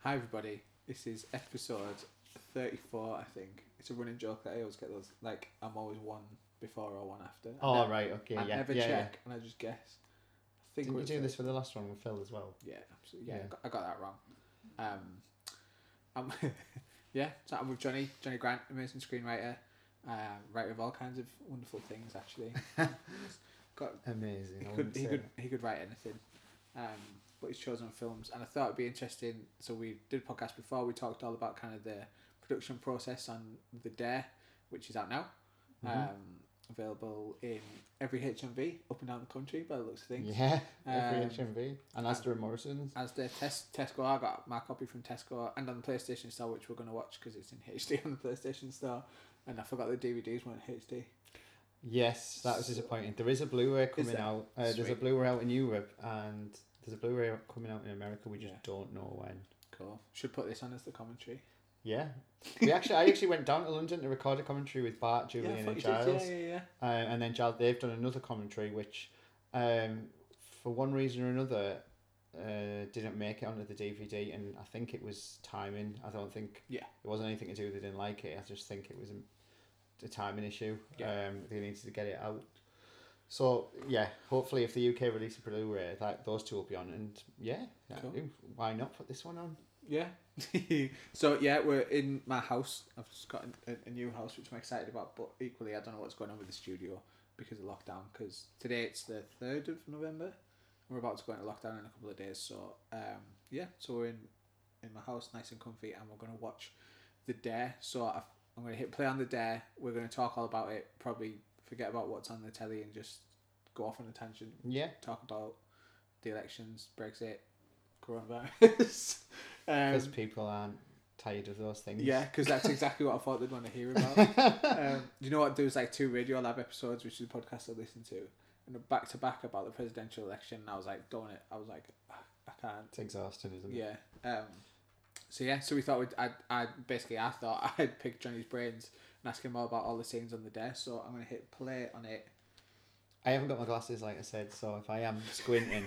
Hi everybody, this is episode 34 I think. It's a running joke that I always get those, like I'm always one before or one after. I Oh, nev- right, okay, I yeah. never yeah, check and I just guess. I Yeah. think Didn't we're you do this for the last one with Phil as well? Yeah, absolutely. Yeah, Yeah. I, got, I got that wrong. Um, I'm yeah, so I'm with Johnny, Johnny Grant, amazing screenwriter, uh, writer of all kinds of wonderful things actually. got Amazing. he I could wouldn't he say could that. he could write anything, um, but he's chosen films, and I thought it'd be interesting. So we did a podcast before. We talked all about kind of the production process on the Dare, which is out now, Mhm. um, available in every HMV up and down the country by the looks of things. Yeah, every Um, HMV. And Astor and Morrison's. As the tes- Tesco, I got my copy from Tesco and on the PlayStation Store, which we're going to watch because it's in HD on the PlayStation Store. And I forgot the DVDs weren't HD. Yes, that was So- disappointing. There is a Blu-ray coming there? out. Uh, there's a Sweet. Blu-ray out in Europe and there's a Blu-ray coming out in America. We just Yeah. don't know when. Cool. Should put this on as the commentary. Yeah. We actually, I actually went down to London to record a commentary with Bart, Julian, I and thought Giles. you did. Yeah, yeah, yeah. Uh, and then Giles, they've done another commentary, which, um, for one reason or another, uh, didn't make it onto the DVD. And I think it was timing. I don't think Yeah. it wasn't anything to do with they didn't like it. I just think it was a, a timing issue. Yeah. Um, they needed to get it out. So yeah, hopefully if the UK release a Blu-ray, that those two will be on, and yeah, yeah, Cool. ooh, why not put this one on? Yeah. so yeah, we're in my house. I've just got a, a new house, which I'm excited about. But equally, I don't know what's going on with the studio because of lockdown. Because today it's the third of November. We're about to go into lockdown in a couple of days. So um, yeah, so we're in in my house, nice and comfy, and we're gonna watch the Dare. So I've, I'm gonna hit play on the Dare. We're gonna talk all about it. Probably forget about what's on the telly and just go off on a tangent Yeah, talk about the elections, Brexit, coronavirus. because um, people aren't tired of those things. yeah, because that's exactly what I thought they'd want to hear about. um, you know what? There was like two Radio Lab episodes, which is a podcast I listened to, and back to back about the presidential election. And I was like, don't it. I was like, "Ah, I can't. it's exhausting, isn't it? Yeah. Um, so yeah, so we thought we'd, I, I basically I thought I'd pick Johnny's brains and ask him all about all the scenes on the desk. So I'm gonna hit play on it. I haven't got my glasses, like I said, so if I am squinting,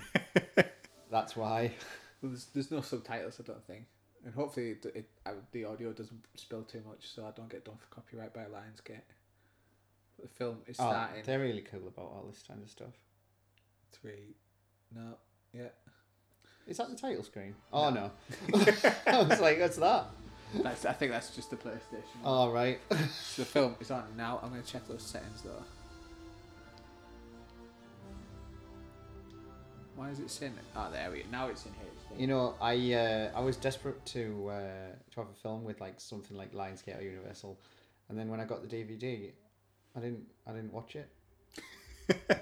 that's why. Well, there's, there's no subtitles, I don't think. And hopefully it, it, I, the audio doesn't spill too much so I don't get done for copyright by Lionsgate. The film is Oh, starting. they're really cool about all this kind of stuff. Three. No. Yeah. Is that the title screen? Oh no, I was like, what's that? That's, I think that's just the PlayStation. All right, The film is on now. I'm going to check those settings though. Why is it saying that? Oh, there we go. Now it's in HD. you know, I uh, I was desperate to uh, to have a film with like something like Lionsgate or Universal, and then when I got the DVD, I didn't I didn't watch it,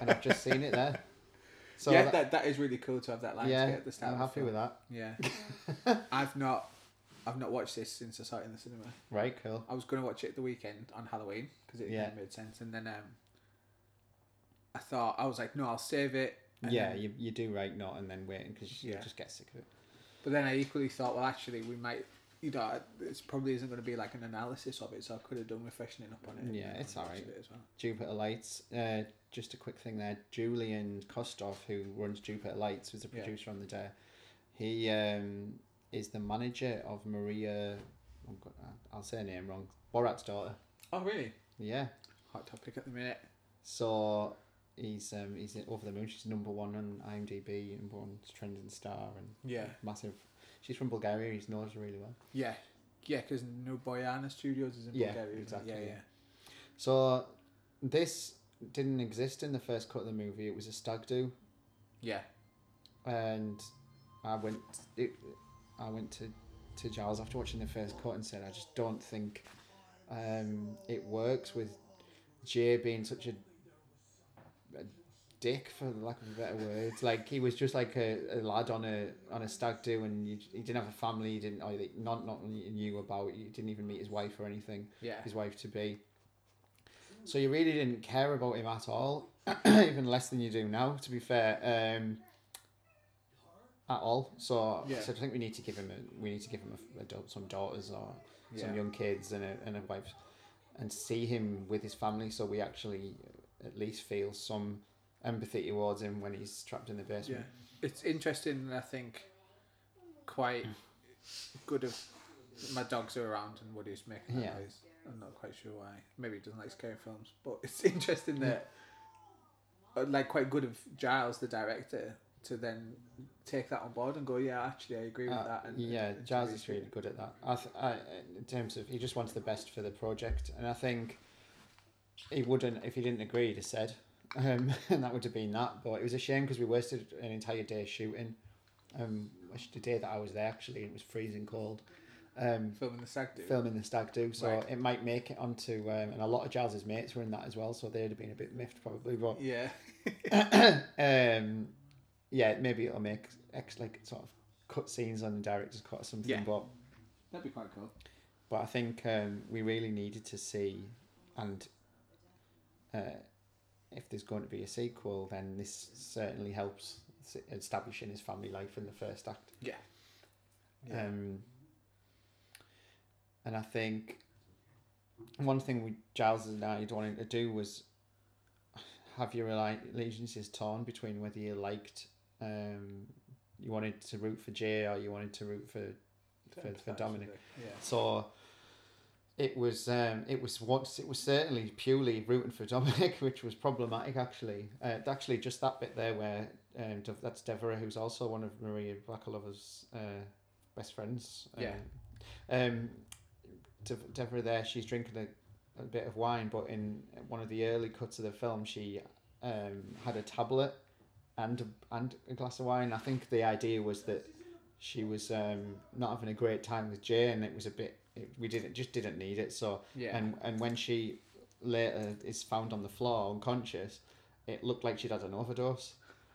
and I've just seen it there. So yeah, that- that, that is really cool to have that Lionsgate yeah, at the start. I'm of the happy film. with that. Yeah. I've not I've not watched this since I saw it in the cinema. Right, cool. I was going to watch it the weekend on Halloween because it Yeah. kinda made sense, and then um, I thought I was like, no, I'll save it. and yeah, then- you, you do right not and then waiting because you Yeah. just get sick of it. but then I equally thought, well, actually, we might, you know, this probably isn't going to be like an analysis of it, so I could have done with freshening up on it. Yeah, and it's watched alright. it as well. Jupiter Lights. Uh, just a quick thing there. Julian Kostov, who runs Jupiter Lights, was a Yeah. producer on the day. He um, is the manager of Maria. oh God, I- I'll say her name wrong. Borat's daughter. Oh really? Yeah. Hot topic at the minute. So he's um, he's over the moon. She's number one on IMDb, number one trending star, and Yeah, massive. She's from Bulgaria. He knows her really well. yeah, yeah. Because New Boyana Studios is in Yeah, Bulgaria. isn't it? exactly. Yeah, yeah. So this didn't exist in the first cut of the movie. It was a stag do. Yeah, and I went it, I went to, to Giles after watching the first cut and said I just don't think um, it works with Jay being such a, a dick for lack of a better word like he was just like a, a lad on a on a stag do and you, he didn't have a family he didn't or he- not not you knew about you didn't even meet his wife or anything yeah. his wife to be. So you really didn't care about him at all, even less than you do now, to be fair. Um, at all. So, Yeah. so I think we need to give him a, we need to give him a, a, da- some daughters or Yeah. some young kids and a, and a wife, and see him with his family. So we actually at least feel some empathy towards him when he's trapped in the Yeah, basement. Hmm. it's interesting. and I think quite good if my dogs are around and Woody's making that Yeah. noise. I'm not quite sure why. Maybe he doesn't like scary films, but it's interesting that uh, like quite good of Giles, the director, to then take that on board and go, yeah, actually, I agree with Uh, that. And, yeah, and to Giles is reshoot really it. good at that. I th- I, in terms of he just wants the best for the project, and I think he wouldn't if he didn't agree. He'd have said, um, and that would have been that. But it was a shame because we wasted an entire day shooting. Um, which the day that I was there actually, it was freezing cold. Um, filming the stag do. filming the stag do, so Right. it might make it onto. Um, and a lot of Giles's mates were in that as well, so they'd have been a bit miffed probably. But Yeah, um, yeah, maybe it'll make ex- like sort of cut scenes on the director's cut or something. Yeah. But that'd be quite cool. but I think um, we really needed to see, and uh, if there's going to be a sequel, then this certainly helps s- establishing his family life in the first act. Yeah. Yeah. Um, and I think one thing we Giles and I wanted to do was have your alle- allegiances torn between whether you liked, um, you wanted to root for Jay or you wanted to root for for- for Dominic. Yeah. so it was um, it was once it was certainly purely rooting for Dominic, which was problematic actually. Uh, actually, just that bit there where um, Dev- that's Deborah, who's also one of Maria Bakalova's uh, best friends. Um, Yeah. Um, Dev- Deborah there, she's drinking a, a bit of wine, but in one of the early cuts of the film, she um, had a tablet and a, and a glass of wine. I think the idea was that she was um, not having a great time with Jay, and it was a bit. It, we didn't just didn't need it. So Yeah. and and when she later is found on the floor unconscious, it looked like she'd had an overdose.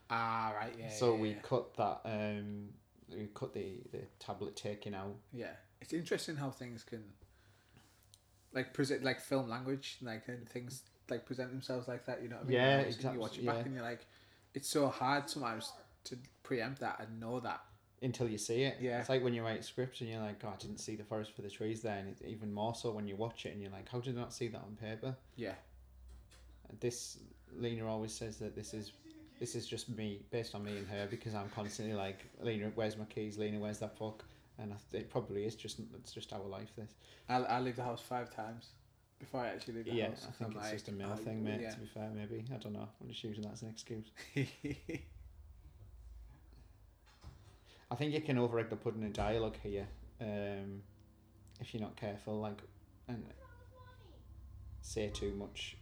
ah, right. Yeah. so yeah, we yeah. cut that. Um, we cut the the tablet taking out. Yeah, it's interesting how things can, like present like film language, like and things like present themselves like that. You know what I mean? Yeah, you exactly, You watch it back yeah. and you're like, it's so hard sometimes to preempt that and know that. until you see it. Yeah. It's like when you write scripts and you're like, oh, I didn't see the forest for the trees there. And it, even more so when you watch it and you're like, how did I not see that on paper? Yeah, And This, Lena always says that this is this is just me, based on me and her, because I'm constantly like, Lena, where's my keys? Lena, where's that book? And I, th- it probably is just, it's just our life, this. I I leave the house five times before I actually leave the yeah, house. I think I'm it's like, just a male oh, thing, mate, yeah. to be fair, maybe. I don't know. I'm just using that as an excuse. I think you can overegg the pudding in dialogue here, um, if you're not careful, like, and say too much.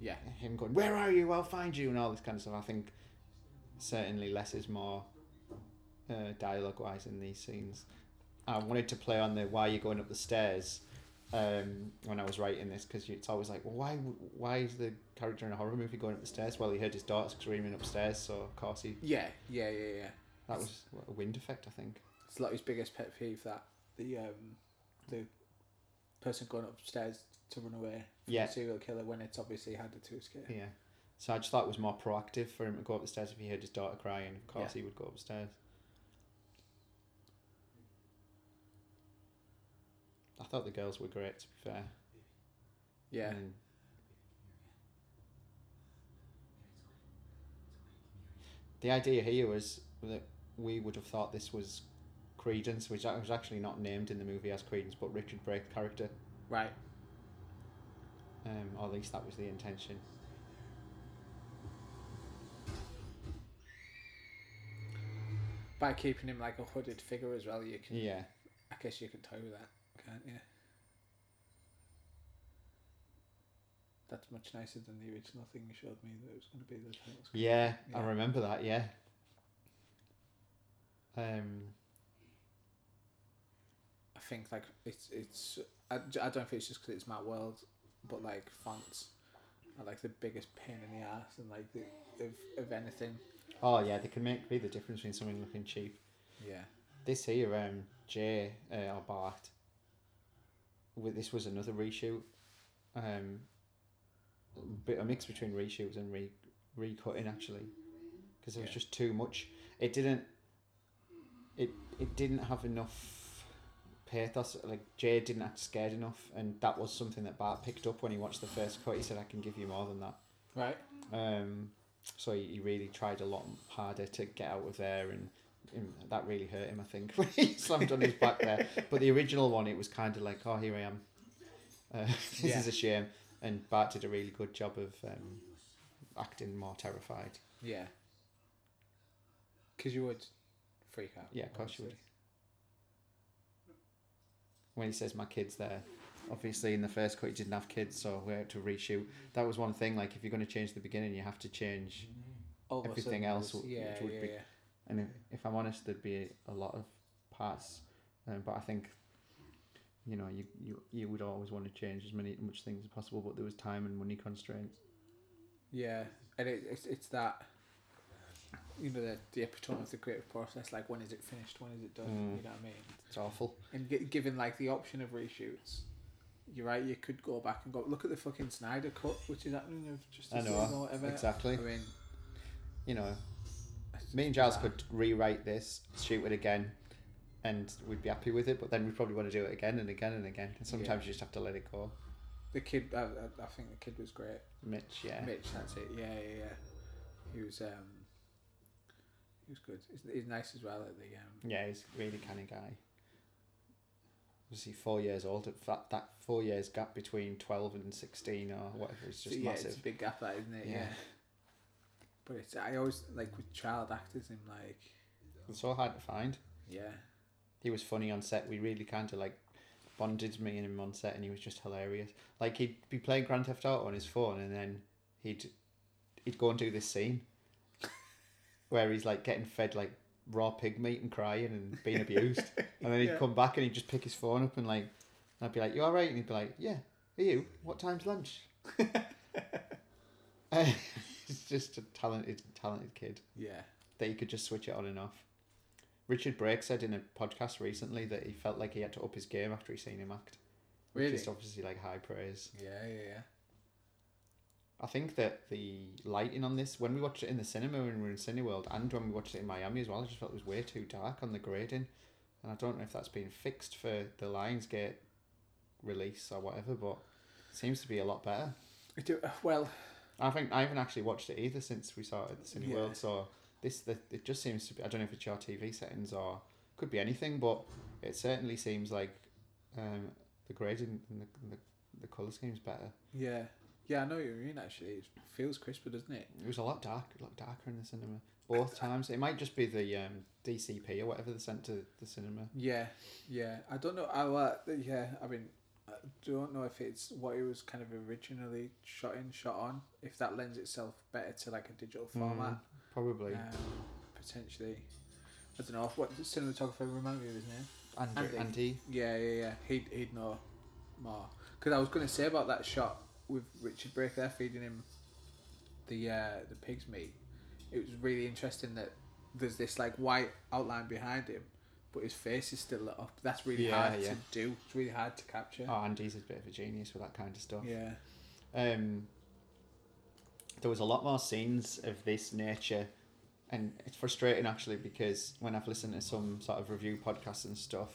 Yeah. Him going, "Where are you? I'll find you," and all this kind of stuff. I think certainly less is more, uh, dialogue-wise in these scenes. I wanted to play on the "Why you going up the stairs?" Um, when I was writing this, because it's always like, well, why, why is the character in a horror movie going up the stairs? Well, he heard his daughter screaming upstairs, so of course he. yeah, yeah, yeah, yeah. That was a wind effect, I think. It's Lottie's biggest pet peeve that the um the person going upstairs to run away from Yeah. the serial killer when it's obviously harder to escape. Yeah. So I just thought it was more proactive for him to go up the stairs if he heard his daughter crying. Of course, he would go upstairs. I thought the girls were great, to be fair. Yeah. Mm. The idea here was that we would have thought this was Credence, which was actually not named in the movie as Credence, but Richard Brake's character. Right. Um, or at least that was the intention. by keeping him like a hooded figure as well, you can. Yeah. I guess you can toy with that, can't you? That's much nicer than the original thing you showed me that it was going to be the title screen. Yeah, I Yeah. remember that. Yeah. Um. I think like it's it's. I, I don't think it's just because it's my world, but like fonts are like the biggest pain in the ass and like the, of of anything. Oh yeah, they can make be the difference between something looking cheap. Yeah. This here, um, Jay uh, or Bart. With this was another reshoot. Um. a Bit a mix between reshoots and re recutting actually, because it was Yeah. just too much. It didn't. It it didn't have enough pathos. Like Jay didn't act scared enough, and that was something that Bart picked up when he watched the first cut. He said, "I can give you more than that." Right. Um, so he, he really tried a lot harder to get out of there and him, that really hurt him. I think when he slammed on his back there. But the original one, it was kind of like, oh, here I am. Uh, this Yeah. is a shame. And Bart did a really good job of um, acting more terrified. Yeah. Because you would freak out. Yeah, of course you would. obviously. When he says my kids there, obviously in the first cut he didn't have kids, so we had to reshoot. That was one thing. Like if you're going to change the beginning, you have to change. All of a Everything sudden else there's- would- yeah, which would yeah, be- yeah. And if, if I'm honest, there'd be a lot of parts, um, but I think, you know, you, you you would always want to change as many much things as possible. But there was time and money constraints. Yeah, and it, it's it's that you know the the epitome of the creative process. Like when is it finished? When is it done? Mm. You know what I mean? It's awful. And g- given like the option of reshoots, you're right. You could go back and go look at the fucking Snyder cut, which is happening of just I a know, season or whatever. exactly. I mean, You know, me and Giles Yeah. could rewrite this, shoot it again, and we'd be happy with it. But then we'd probably want to do it again and again and again. And sometimes you just have to let it go. the kid. I, I- I think the kid was great. Mitch, yeah. Mitch, that's it. Yeah, yeah, yeah. He was um, he was good. He's, he's nice as well at the um. Yeah, he's a really canny guy. Was he four years old? That that four years gap between twelve and sixteen or whatever is just so, yeah, massive. it's a big gap, that isn't it? Yeah. yeah. But it's I always like with child actors. I'm like. It's so hard to find. Yeah, He was funny on set. We really kind of like bonded me and him on set, and he was just hilarious. Like he'd be playing Grand Theft Auto on his phone, and then he'd he'd go and do this scene where he's like getting fed like raw pig meat and crying and being abused, and then he'd Yeah. come back and he'd just pick his phone up and like, and I'd be like, "You all right?" And he'd be like, "Yeah." Are you? What time's lunch? Uh, He's just a talented, talented kid yeah, that he could just switch it on and off. Richard Brake said in a podcast recently that he felt like he had to up his game after he seen him act. which really. is obviously like high praise. Yeah, yeah, yeah. I think that the lighting on this, when we watched it in the cinema when we were in Cineworld and when we watched it in Miami as well, I just felt it was way too dark on the grading. And I don't know if that's been fixed for the Lionsgate release or whatever, but it seems to be a lot better. I do uh, well. I think I haven't actually watched it either since we saw it at the Cineworld. Yeah. World. So this, the, it just seems to be. I don't know if it's your TV settings or could be anything, but it certainly seems like um, the grading and the, the, the color scheme's better. Yeah, yeah. I know what you mean. Actually, it feels crisper, doesn't it? It was a lot dark, a lot darker in the cinema both times. It might just be the um, DCP or whatever they sent to the cinema. Yeah, yeah. I don't know. I uh, yeah. I mean, I don't know if it's what it was kind of originally shot in, shot on. If that lends itself better to like a digital Mm, format, Probably um, potentially. I don't know. What the cinematographer remind me of his name? Andy. Andy. Andy. Yeah, yeah, yeah. He'd he'd know more. Because I was going to say about that shot with Richard Brake there feeding him the uh, the pig's meat. It was really interesting that there's this like white outline behind him, but his face is still lit up. That's really Yeah, hard yeah. to do. It's really hard to capture. Oh, Andy's a bit of a genius with that kind of stuff. Yeah, um, there was a lot more scenes of this nature, and it's frustrating actually because when I've listened to some sort of review podcasts and stuff,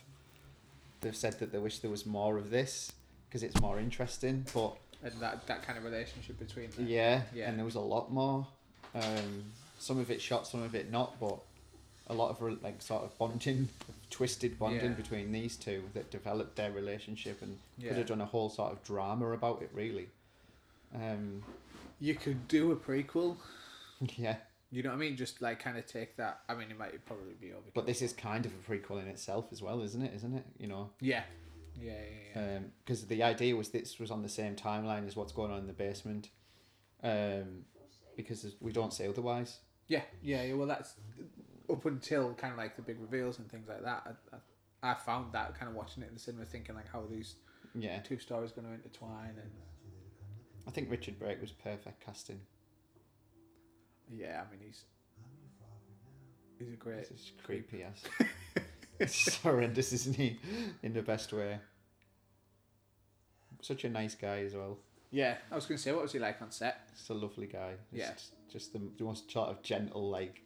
they've said that they wish there was more of this because it's more interesting. But and that that kind of relationship between them. yeah, Yeah. and there was a lot more. Um, some of it shot, some of it not, but a lot of re- like sort of bonding, twisted bonding Yeah. between these two that developed their relationship and Yeah. could have done a whole sort of drama about it really. Um, You could do a prequel. yeah. You know what I mean? Just like kind of take that. I mean, it might probably be over. But this is kind of a prequel in itself as well, isn't it? Isn't it? You know, yeah, yeah, yeah. yeah. because the idea was this was on the same timeline as what's going on in the basement, um, because we don't say otherwise. Yeah, yeah, yeah. Well, that's up until kind of like the big reveals and things like that. I, I, I found that kind of watching it in the cinema, thinking like, how are these Yeah, two stories going to intertwine? And I think Richard Brake was perfect casting. yeah, I mean, he's he's a great. It's just creepy as. it's horrendous, isn't he? In the best way. Such a nice guy as well. Yeah, I was going to say, what was he like on set? Just a lovely guy. Just, Yeah. Just the, the most sort of gentle, like,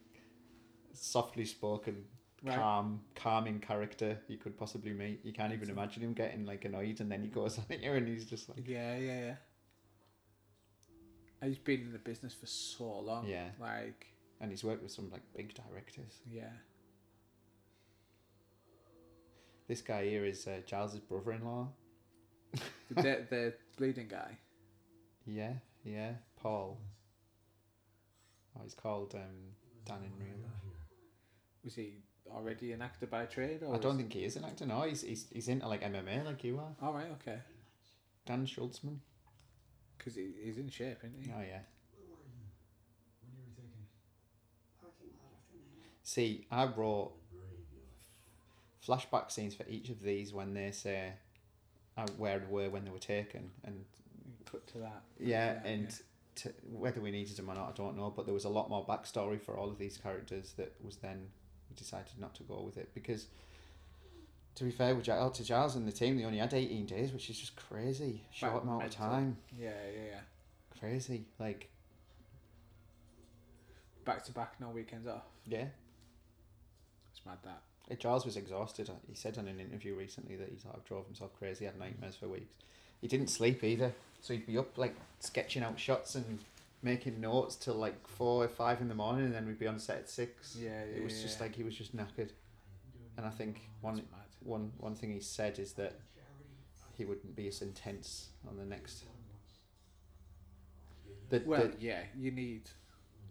softly spoken Right. calm, calming character you could possibly meet. You can't even imagine him getting like annoyed, and then he goes on here and he's just like, Yeah, yeah, yeah. And He's been in the business for so long. yeah. Like, And he's worked with some like big directors. yeah. This guy here is uh, Giles's brother-in-law. The, de- the bleeding guy. Yeah, yeah, Paul. Oh, he's called um, Dan in real life. Was he already an actor by trade? Or I don't was- think he is an actor. No, he's he's, he's into like MMA, like you are. All right, okay. Dan Schultzman. Because he, he's in shape, isn't he? Oh yeah. What are you thinking? See, I wrote flashback scenes for each of these when they say uh, where they were when they were taken, and Cut to that. yeah, Yeah, and yeah. t whether we needed them or not, I don't know. But there was a lot more backstory for all of these characters that was then we decided not to go with it because, to be fair, with Giles, to Giles and the team, they only had eighteen days, which is just crazy. Short Right, amount of mental. time, Yeah, yeah, yeah. crazy. Like Back to back, no weekends off. yeah, It's mad that. Uh, Giles was exhausted. He said on an interview recently that he sort of drove himself crazy, had nightmares for weeks. He didn't sleep either, so he'd be up like sketching out shots and making notes till like four or five in the morning, and then we'd be on set at six. Yeah, yeah. It was just yeah. like he was just knackered, and I think It's one mad. one one thing he said is that he wouldn't be as intense on the next. The, Well, the, yeah, you need.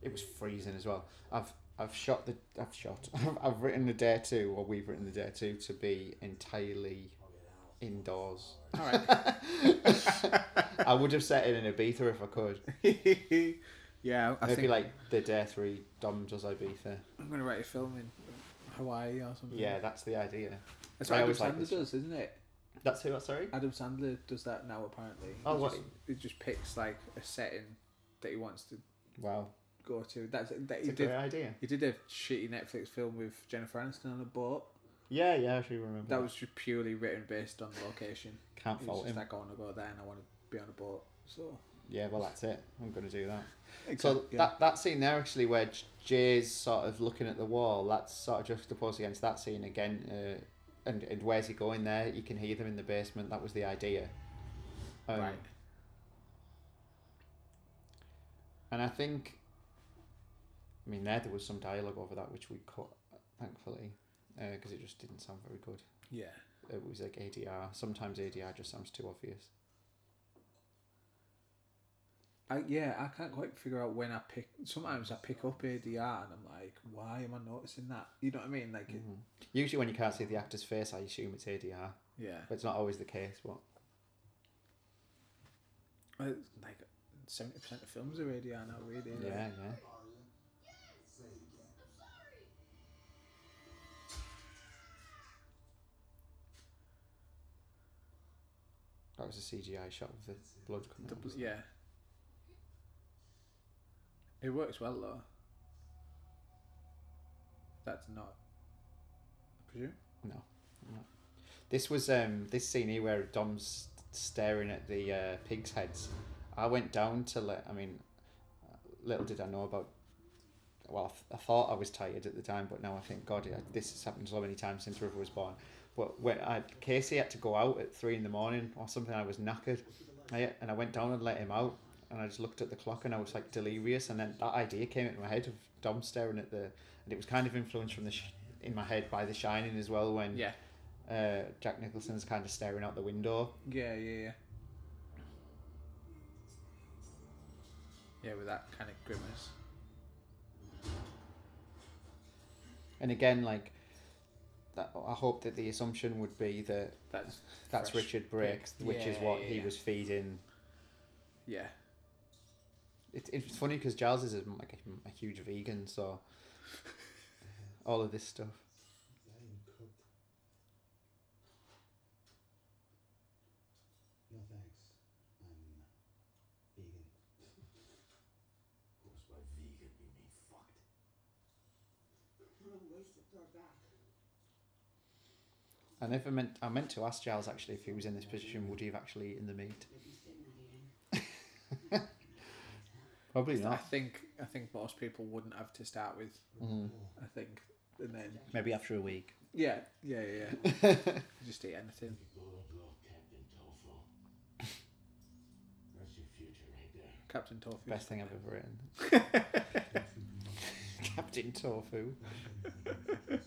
it was freezing as well. I've I've shot the I've shot I've, I've written the dare two or we've written the dare two to be entirely indoors. All right. I would have set it in Ibiza if I could. yeah, I Maybe think Hmm. like the dare three Dom does Ibiza. I'm gonna write a film in Hawaii or something. Yeah, that's the idea. that's I what Adam always like Sandler this. does, isn't it? That's who. Sorry. Adam Sandler does that now apparently. Oh, he what- Just, he just picks like a setting that he wants to Wow, go to. That's that it's he a great did. idea. He did a shitty Netflix film with Jennifer Aniston on a boat. Yeah, yeah, I should remember. That was just purely written based on location. can't It was fault just him. like I want to go there and I want to be on a boat. So Yeah, well, that's it. I'm gonna do that. So Exact- yeah. that that scene there actually where J- Jay's sort of looking at the wall, that's sort of juxtaposed against that scene again. Uh, and and where's he going there? You can hear them in the basement. That was the idea. Um, right. And I think, I mean, there there was some dialogue over that which we cut, thankfully, because it just didn't sound very good. Yeah. It was like ADR. Sometimes ADR just sounds too obvious. I, yeah, I can't quite figure out when I pick. Sometimes I pick up ADR and I'm like, why am I noticing that? You know what I mean? Like, Mm. it- Mm-hmm. Usually, when you can't see the actor's face, I assume it's ADR, yeah, but it's not always the case. But Uh, like seventy percent of films are ADR now, really. isn't it? yeah, yeah. That was a CGI shot of the blood coming The out. bl- yeah. It works well though. That's not. I presume. No, no. This was um this scene here where Dom's staring at the uh, pigs' heads. I went down to let. I mean, uh, little did I know about. Well, I, th- I thought I was tired at the time, but now I think God, I, this has happened so many times since River was born. But when I Casey had to go out at three in the morning or something, I was knackered, I, and I went down and let him out. And I just looked at the clock and I was like delirious. And then that idea came into my head of Dom staring at the, and it was kind of influenced from the, sh- in my head by The Shining as well when Yeah. uh, Jack Nicholson's kind of staring out the window. Yeah, yeah, yeah. Yeah, with that kind of grimace. And again, like, that, I hope that the assumption would be that That's that's Fresh Richard Brake, pick. which is Yeah, what yeah, he yeah. was feeding. yeah. It, it's funny because Giles is a, like a, a huge vegan, so all of this stuff. Dying cooked. No thanks. I'm vegan. Of course, by vegan you mean fucked. I never meant I meant to ask Giles actually if he was in this position, would he have actually eaten the meat? Probably I not. think I think most people wouldn't have to start with. Mm. I think, and then Maybe after a week. yeah, yeah, yeah. yeah. Just eat anything. Good luck, Captain Tofu. That's your future right there. Captain Tofu. Best thing I've ever written. Captain Tofu. Move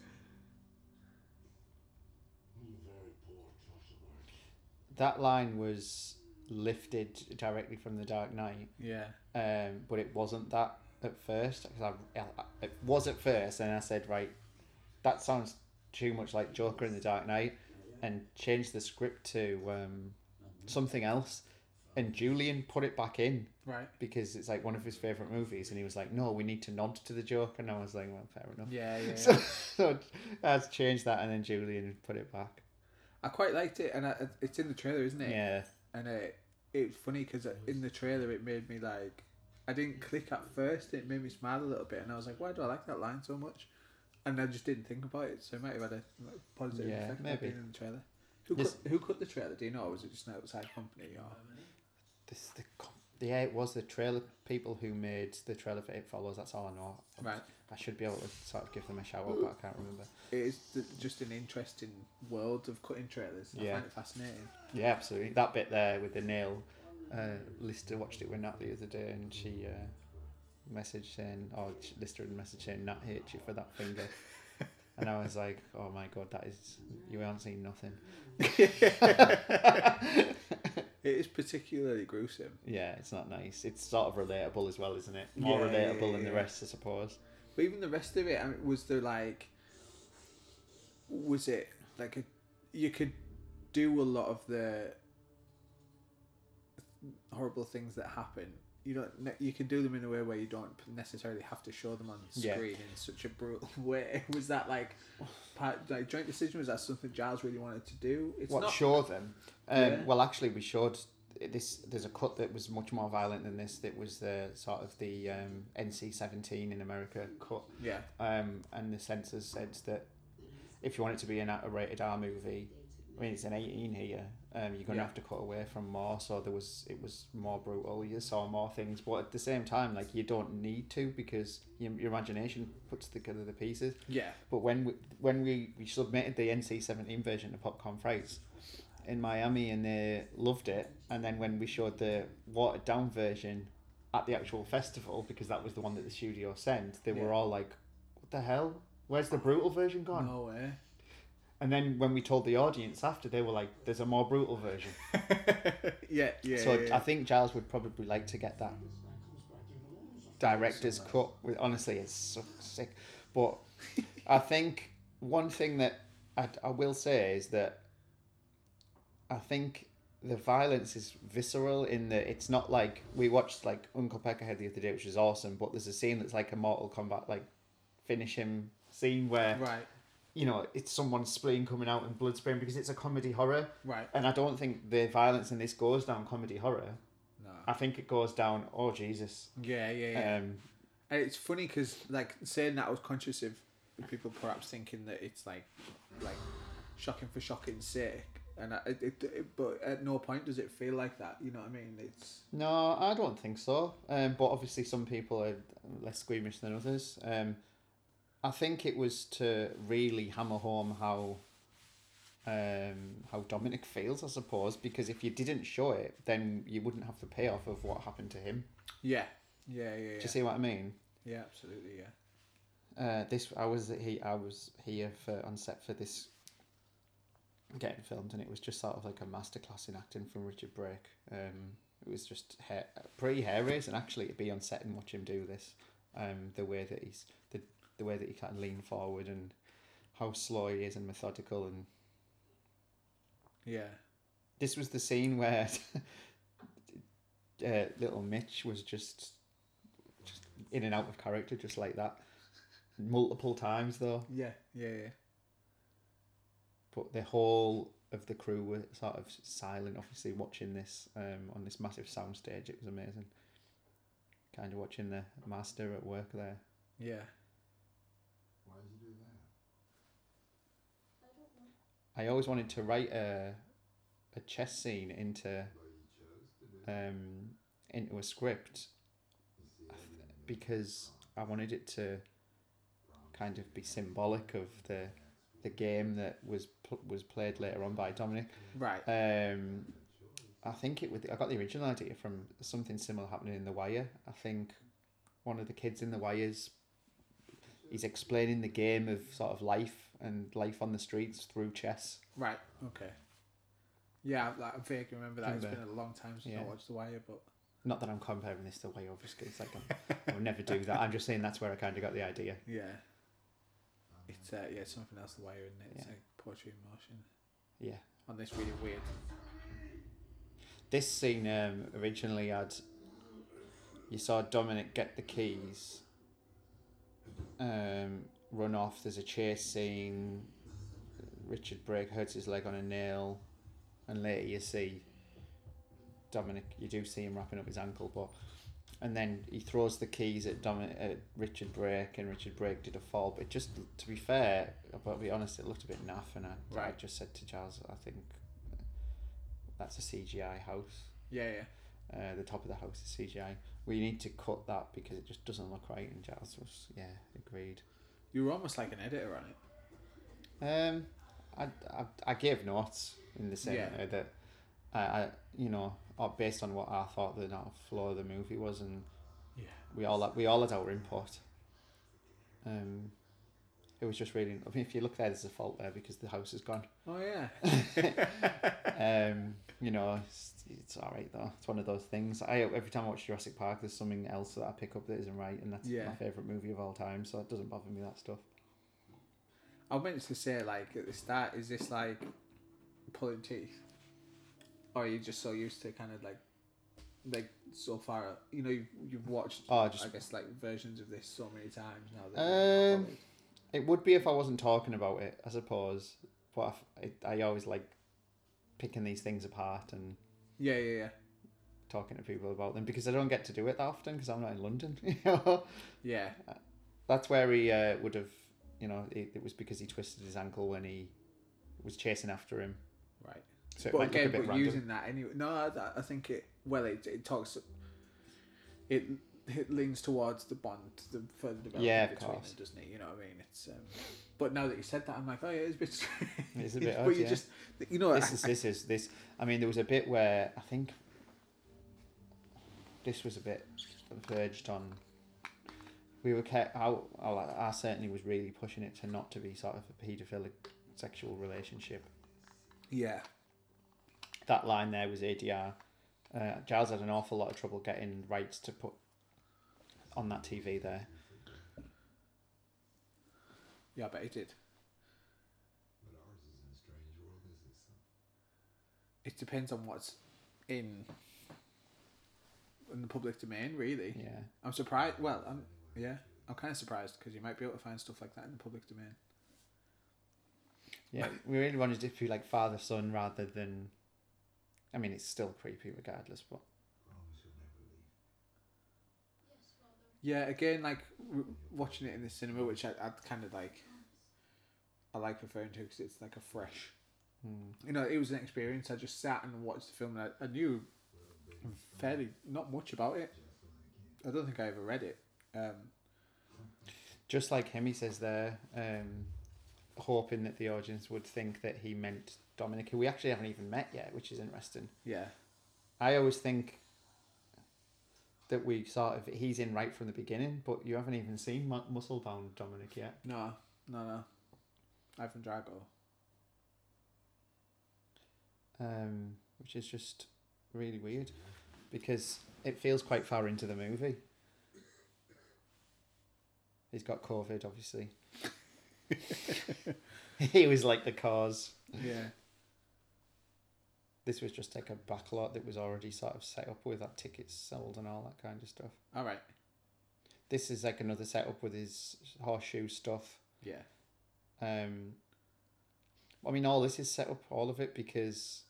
that line was lifted directly from The Dark Knight, Yeah. um, but it wasn't that at first. 'cause I, I- it was at first, and I said, right, that sounds too much like Joker in The Dark Knight, and changed the script to um, something else. And Julian put it back in Right. because it's like one of his favorite movies, and he was like, "No, we need to nod to the Joker." And I was like, "Well, fair enough." Yeah, yeah. So, so I'd change that, and then Julian put it back. I quite liked it, and I, it's in the trailer, isn't it? Yeah, And it it's funny because in the trailer it made me like I didn't click at first. It made me smile a little bit, and I was like, "Why do I like that line so much?" And I just didn't think about it, so it might have had a positive Yeah, effect maybe. maybe. in the trailer. Who This- cut, who cut the trailer? Do you know? Or was it just an outside company? Or this the com- yeah it was the trailer people who made the trailer for It Follows. That's all I know. right? I should be able to sort of give them a shout out, but I can't remember. It is th- just an interesting world of cutting trailers. I Yeah. find it fascinating. Yeah, absolutely. That bit there with the nail. Uh, Lister watched it with Nat the other day, and she uh, messaged saying, "Oh, sh- Lister had messaged saying Nat hates you for that finger." and I was like, "Oh my god, that is you haven't seen nothing." It is particularly gruesome. Yeah, it's not nice. It's sort of relatable as well, isn't it? More Yeah, yeah, relatable than the yeah. rest, I suppose. But even the rest of it, I mean, was there like, was it like a, you could do a lot of the horrible things that happen. You don't. ne- You can do them in a way where you don't necessarily have to show them on screen Yeah. in such a brutal way. Was that like, part, like joint decision? Was that something Giles really wanted to do? It's what not. show them? Um, Yeah. Well, actually, we showed this. There's a cut that was much more violent than this. That was the sort of the um, NC-17 in America cut, yeah. um, and the censors said that if you want it to be an a rated R movie, I mean it's an 18 here. Um, you're gonna Yeah. have to cut away from more. So there was it was more brutal. You saw more things, but at the same time, like you don't need to because your, your imagination puts together the pieces. Yeah. But when we, when we, we submitted the NC seventeen version of Popcorn Frights in Miami, and they loved it, and then when we showed the watered down version at the actual festival, because that was the one that the studio sent, they Yeah. were all like, "What the hell? Where's the brutal version gone?" No way. And then when we told the audience after, they were like, "There's a more brutal version." yeah. Yeah. so yeah, I think Giles would probably like to get that director's cut. With honestly, it's so sick. But I think one thing that I, I will say is that I think the violence is visceral in that it's not like we watched like Uncle Peckerhead the other day, which is awesome. But there's a scene that's like a Mortal Kombat like finish him scene where yeah. Right. you know it's someone's spleen coming out and blood spraying because it's a comedy horror. Right. And I don't think the violence in this goes down comedy horror. No. I think it goes down. Oh Jesus! Yeah. Yeah. Yeah. Um, And it's funny because like saying that I was conscious of people perhaps thinking that it's like like shocking for shocking's sake, and I, it, it, it- but at no point does it feel like that. You know what I mean? It's No, I don't think so. Um, but obviously, some people are less squeamish than others. Um, I think it was to really hammer home how um, how Dominic feels, I suppose, because if you didn't show it, then you wouldn't have the payoff of what happened to him. yeah, yeah, yeah, Do yeah, you see what I mean? yeah absolutely, yeah. Uh, this I was he I was here for on set for this getting filmed, and it was just sort of like a masterclass in acting from Richard Brake. Um, it was just hair, pretty hair raising actually to be on set and watch him do this. Um, the way that he's the the way that he can lean forward and how slow he is and methodical and Yeah, this was the scene where uh, little Mitch was just just in and out of character just like that multiple times though yeah, yeah, yeah. but the whole of the crew were sort of silent, obviously watching this um, on this massive soundstage. It was amazing. Kind of watching the master at work there. yeah. Why does he do that? I always wanted to write a a chess scene into Why he chose to do um, into a script because I wanted it to kind of be symbolic of the the game that was pl- was played later on by Dominic. Right. Um, I think it would. I got the original idea from something similar happening in The Wire. I think one of the kids in The Wire's he's explaining the game of sort of life and life on the streets through chess. Right. Okay. Yeah, I- like, I vaguely remember that. It's Remember. been a long time since I Yeah. watched The Wire, but Not that I'm comparing this to way obviously. It's like i I'll never do that. I'm just saying that's where I kind of got the idea. yeah, it's uh, yeah something else. The Wire, isn't it? It's Yeah. like poetry in motion Yeah. on this really weird. This scene um, originally had you saw Dominic get the keys, um, run off. There's a chase scene. Richard Brake hurts his leg on a nail, and later you see Dominic. You do see him wrapping up his ankle, but and then he throws the keys at Dominic at Richard Brake, and Richard Brake did a fall. But just to be fair, but I'll be honest, it looked a bit naff, and I, I Right. just said to Giles, I think that's a CGI house Yeah, yeah. uh, the top of the house is CGI. We need to cut that because it just doesn't look right. And Giles was, yeah, agreed. You were almost like an editor on it. Um, I, I, I gave notes in the same Yeah. way that I, I, you know, uh, based on what I thought the not flow of the movie was, and Yeah. we all had, we all had our input. Um, it was just really. I mean, if you look there, there's a fault there because the house is gone. Oh yeah. um, you know, it's, it's all right though. It's one of those things. I every time I watch Jurassic Park, there's something else that I pick up that isn't right, and that's Yeah. my favorite movie of all time. So it doesn't bother me that stuff. I meant to say like at the start, is this like pulling teeth, or are you just so used to kind of like like so far? You know, you've, you've watched Oh, just I guess like versions of this so many times now that you're not Um, bothered. it would be if I wasn't talking about it, I suppose. But I f- I, I always like picking these things apart and yeah, yeah, yeah, talking to people about them because I don't get to do it that often because I'm not in London. You know. yeah. That's where he uh, would have, you know, it, it was because he twisted his ankle when he was chasing after him. Right. So it but might look again, a bit but random. using that anyway. No, I, I think it. Well, it, it talks. It it leans towards the bond, the further development Yeah, of between course. them, doesn't it? You know what I mean? It's. Um, but now that you said that, I'm like, oh yeah, it's a bit. strange. It's a bit but odd, you yeah. just, you know, this is this is this. I mean, there was a bit where I think this was a bit verged on. We were kept out. I, I certainly was really pushing it to not to be sort of a paedophilic sexual relationship. yeah, That line there was ADR. Uh, Giles had an awful lot of trouble getting rights to put on that TV there. yeah, I bet it did. But ours is in a strange world, is it? So It depends on what's in. In the public domain, really. Yeah. I'm surprised. Well, I'm yeah. I'm kind of surprised because you might be able to find stuff like that in the public domain. Yeah, we really wanted it to be like father son rather than. I mean, it's still creepy regardless, but promise you'll never leave. Yeah, again, like w- watching it in the cinema, which I, I kind of like. I like referring to because it's like a fresh. hmm, You know, it was an experience. I just sat and watched the film, and I, I knew fairly not much about it. I don't think I ever read it. Um, just like him, he says there, um, hoping that the audience would think that he meant Dominic, who we actually haven't even met yet, which is interesting. yeah, I always think that we sort of he's in right from the beginning, but you haven't even seen mu- muscle bound Dominic yet. no, no, no. Ivan Drago. um, which is just really weird because it feels quite far into the movie. He's got COVID, obviously. he was like the cause. Yeah, This was just like a backlot that was already sort of set up with that tickets sold and all that kind of stuff. all right. This is like another setup with his horseshoe stuff. Yeah, Um, I mean, all this is set up, all of it, because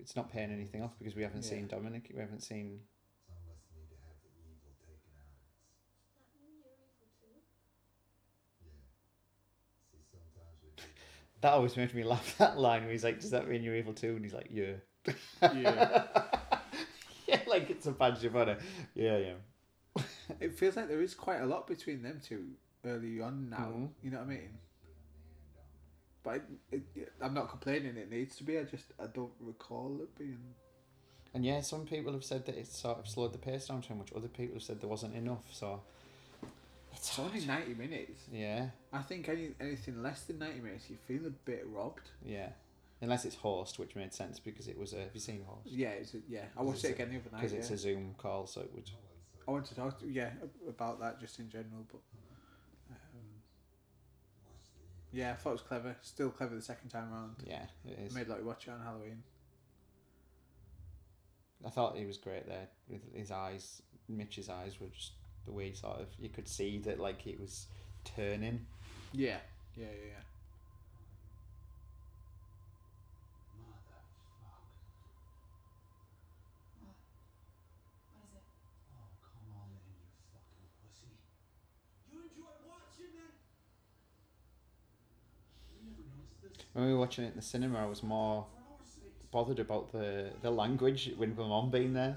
it's not paying anything off because we haven't Yeah. seen Dominic, we haven't seen. Some of us need to have the evil taken out of us. Yeah. See, sometimes we do that. That always made me laugh. That line where he's like, "Does that mean you're evil too?" And he's like, "Yeah." yeah. yeah, like it's a badge of honor. Yeah, yeah. it feels like there is quite a lot between them two early on now. Mhm. You know what I mean? But it, it, it- I'm not complaining. It needs to be. I just I don't recall it being. And yeah, some people have said that it sort of slowed the pace down too much. Other people have said there wasn't enough. So It's only ninety minutes. yeah, I think any anything less than ninety minutes, you feel a bit robbed. yeah. unless it's host, which made sense because it was a. Have you seen host? Yeah, it's a, yeah. I watched it again the other night. Because it's Yeah. a Zoom call, so it would. I want to talk to, yeah ab- about that just in general, but um, yeah, I thought it was clever. Still clever the second time round. Yeah, it is. Made like watch it on Halloween. I thought he was great there with his eyes. Mitch's eyes were just the way he sort of you could see that like it was turning. Yeah, yeah, yeah. yeah. Motherfuck. What is it? Oh, come on in, you fucking pussy. You enjoy watching that? You never noticed this? When we were watching it in the cinema, I was more For our sakes. bothered about the the language with my mom being there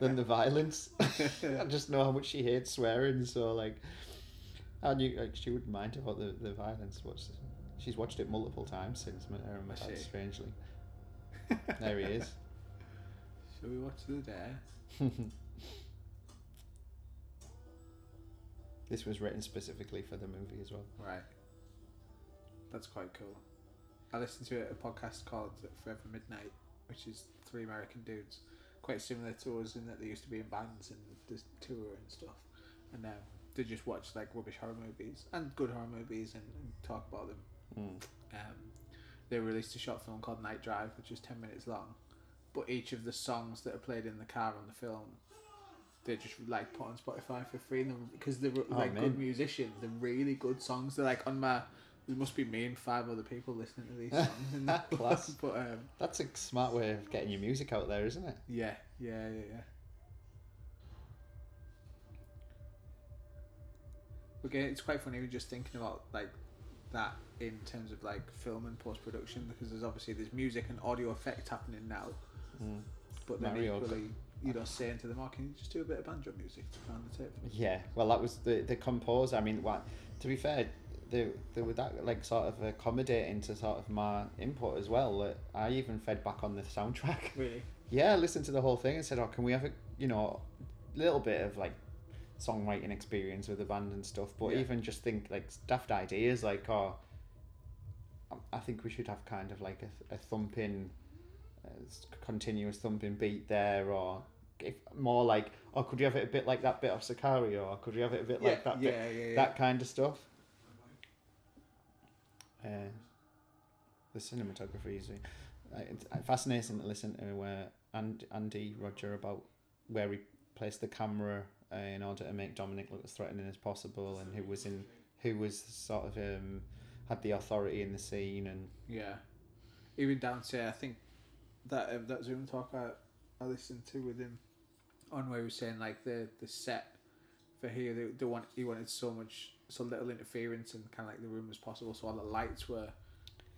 than the violence. I just know how much she hates swearing, so like, I knew like she wouldn't mind about the the violence. Watch this. She's watched it multiple times since my, her and my Has dad, she? strangely. There he is. Shall we watch the dare? this was written specifically for the movie as well. Right. That's quite cool. I listened to a podcast called Forever Midnight, which is three American dudes, quite similar to us in that they used to be in bands and just tour and stuff, and now they just watch like rubbish horror movies and good horror movies and, and talk about them. Mm. Um, they released a short film called Night Drive, which is ten minutes long, but each of the songs that are played in the car on the film, they just like put on Spotify for free, and they're- because they're Oh, like man. good musicians, they're really good songs. They're like on my. There must be me and five other people listening to these songs in that Class. class. But um, That's a smart way of getting your music out there, isn't it? yeah, yeah, yeah, yeah. Again, it's quite funny just thinking about like that in terms of like film and post production because there's obviously there's music and audio effect happening now, Hmm. Mm. but then Mario. equally you know saying to them, "Oh, can you just do a bit of banjo music around the tape?" Yeah, well, that was the the composer. I mean, what to be fair, they they were that like sort of accommodating to sort of my input as well. That I even fed back on the soundtrack. Really? yeah, I listened to the whole thing and said, "Oh, can we have a you know, little bit of like songwriting experience with the band and stuff?" But Yeah. even just think like daft ideas like, "Oh, I- I think we should have kind of like a, a thumping, uh, s- continuous thumping beat there, or if more like, oh, could you have it a bit like that bit of Sicario, or could you have it a bit like that bit, yeah, yeah, yeah. that kind of stuff." Uh, the cinematography is uh, it's fascinating to listen to where and Andy Roger about where he placed the camera uh, in order to make Dominic look as threatening as possible, and who was in who was sort of um, had the authority in the scene, and Yeah, even down to I think that um, that Zoom talk I, I listened to with him on where he was saying like the the set for here they, they want he wanted so much so little interference in kind of like the room as possible so all the lights were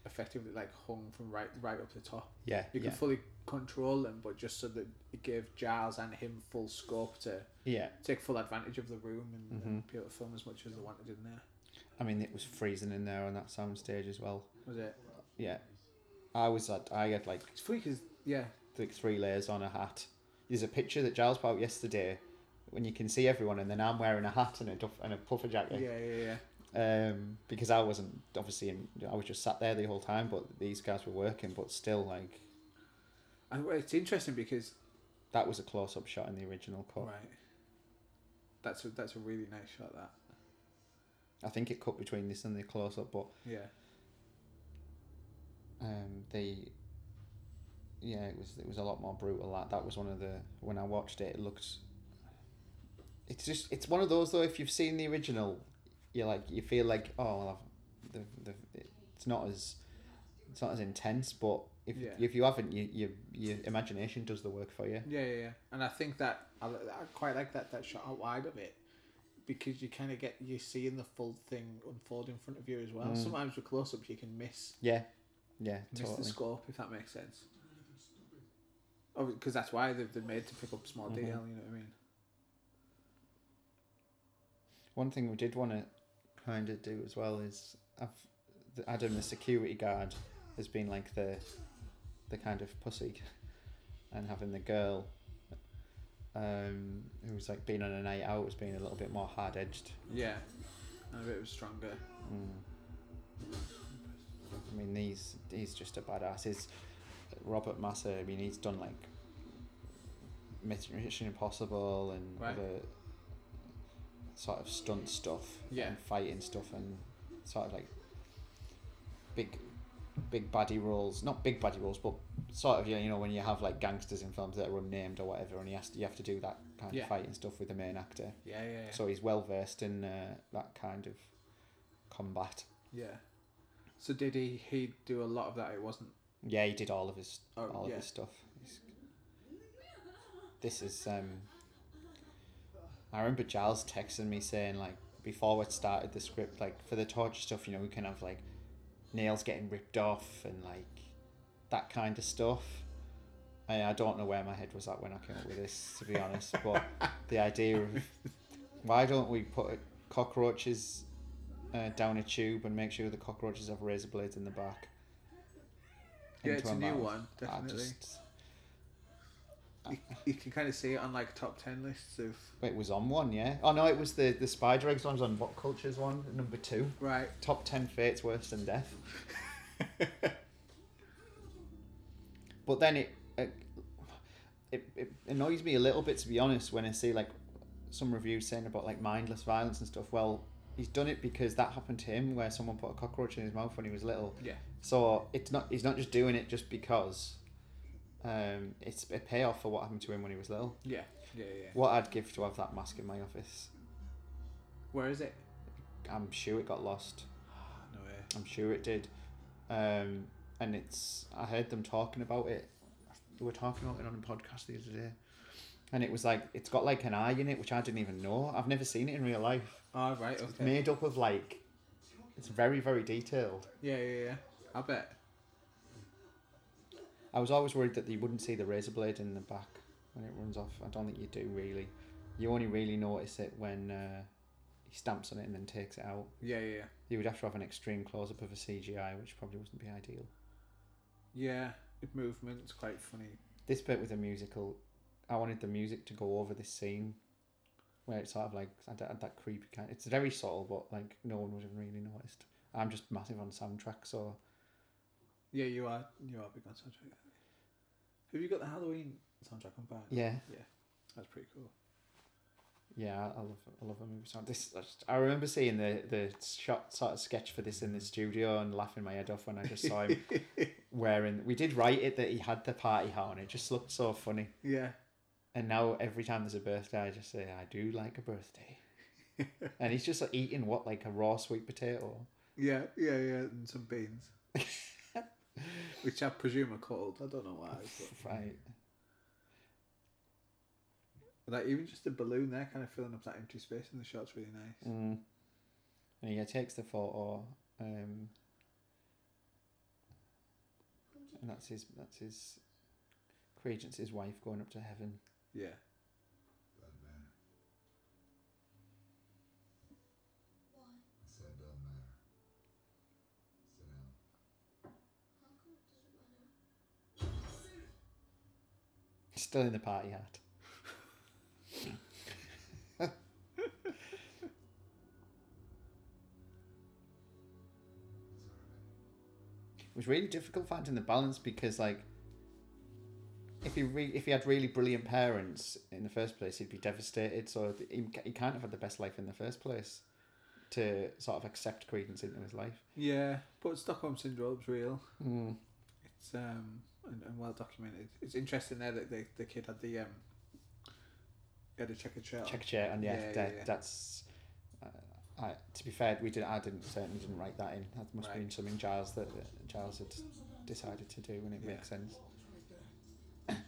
effectively like hung from right right up the top yeah, you yeah, could fully control them but just so that it gave Giles and him full scope to yeah. take full advantage of the room and, Mhm. and be able to film as much as they wanted in there I mean, it was freezing in there on that soundstage as well. was it Yeah, I was at I had like it's funny because yeah like three layers on a hat. There's a picture that Giles put out yesterday when you can see everyone, and then I'm wearing a hat and a duff and a puffer yeah jacket. yeah yeah um, because I wasn't obviously in, I was just sat there the whole time, but these guys were working, but still like and well, it's interesting because that was a close up shot in the original cut. Right. That's a, that's a really nice shot. That. I think it cut between this and the close up, but Yeah. um, the yeah, it was it was a lot more brutal. That that was one of the when I watched it, it looked. It's just it's one of those though. If you've seen the original, you're like you feel like oh well, I've, the the it's not as it's not as intense, but if Yeah. if you haven't, you, you your imagination does the work for you. Yeah, yeah, yeah. And I think that I, li- I quite like that that shot out wide of it because you kind of get you seeing the full thing unfold in front of you as well. Mm. Sometimes with close ups you can miss Yeah, yeah, miss the totally. scope if that makes sense. Oh, because that's why they've, they're made to pick up small Mhm. detail. You know what I mean? One thing we did want to kind of do as well is I've the- Adam, the security guard, has been like the the kind of pussy, and having the girl, um, who's like been on a night out, has been a little bit more hard edged. Yeah. And a bit of a stronger. Mm. Hmm. I mean, he's he's just a badass. He's Robert Massa. I mean, he's done like Mission Impossible and Right. other sort of stunt stuff Yeah. and fighting stuff and sort of like big big baddie roles not big baddie roles but sort of you know, you know when you have like gangsters in films that are unnamed or whatever and you has to, you have to do that kind Yeah. of fighting stuff with the main actor Yeah, yeah, yeah. so he's well versed in uh, that kind of combat yeah. So did he? He do a lot of that. It wasn't. yeah he did all of his Oh, all yeah. of his stuff He's- this is um I remember Giles texting me saying like before we started the script like for the torture stuff you know we can have like nails getting ripped off and like that kind of stuff I, I don't know where my head was at when I came up with this to be honest but the idea of why don't we put cockroaches uh, down a tube and make sure the cockroaches have razor blades in the back Yeah, Into it's a our new mouth. one. I Definitely. just- You, you can kind of see it on like top ten lists of It was on one, yeah. Oh no, it was the the spider eggs one was on what cultures one number two. right. Top ten fates worse than death. but then it, it it it annoys me a little bit to be honest when I see like some reviews saying about like mindless violence and stuff. Well, he's done it because that happened to him where someone put a cockroach in his mouth when he was little. Yeah. So it's not he's not just doing it just because. Um, it's a payoff for what happened to him when he was little. Yeah. Yeah. Yeah. What I'd give to have that mask in my office. Where is it? I'm sure it got lost. Ah, No way. I'm sure it did. Um, and it's I heard them talking about it. They were talking about it on a podcast the other day, and it was like it's got like an eye in it, which I didn't even know. I've never seen it in real life. Oh right. It's Okay. made up of like, it's very very detailed. Yeah. Yeah. Yeah. I bet. I was always worried that you wouldn't see the razor blade in the back when it runs off. I don't think you do really. You only really notice it when uh, he stamps on it and then takes it out. Yeah. Yeah. Yeah. You would have to have an extreme close up of a CGI, which probably wouldn't be ideal. Yeah, it- movement's quite funny. this bit with the musical, I wanted the music to go over this scene where it's sort of like had that, had that creepy kind. It's very subtle, but like no one would have really noticed. I'm just massive on soundtrack, so Yeah, you are you are big on soundtrack. aren't you? Have you got the Halloween soundtrack on back? yeah, That's pretty cool. yeah, I I love I love a movie sound. This I just- I remember seeing the the shot sort of sketch for this in the studio and laughing my head off when I just saw him wearing. We did write it that he had the party hat on. It just looked so funny. Yeah. And now every time there's a birthday, I just say, I do like a birthday. and he's just like eating what, like a raw sweet potato? Yeah, yeah, yeah, and some beans. Which I presume are cold. I don't know why. Right. But like even just the balloon there kind of filling up that empty space in the shot's really nice. Mm. And he uh, takes the photo. Um, and that's his, that's his, Credence, his wife going up to heaven. Yeah. That man. I said don't matter. Sit down. Still in the party hat. It's alright. It was really difficult finding the balance because, like, if he re- if he had really brilliant parents in the first place, he'd be devastated. So th- he, he can't have had the best life in the first place to sort of accept credence into his life. Yeah. But Stockholm syndrome's real. Mm. It's um and, and well documented. It's interesting there that the, the kid had the um he had a checkered shirt. on. Check chair and yeah, Yeah, yeah, that, yeah. that's. Uh, I, to be fair, we did. I didn't certainly didn't write that in. That must Right. have been something Giles that, that Giles had decided to do, and it Yeah. makes sense.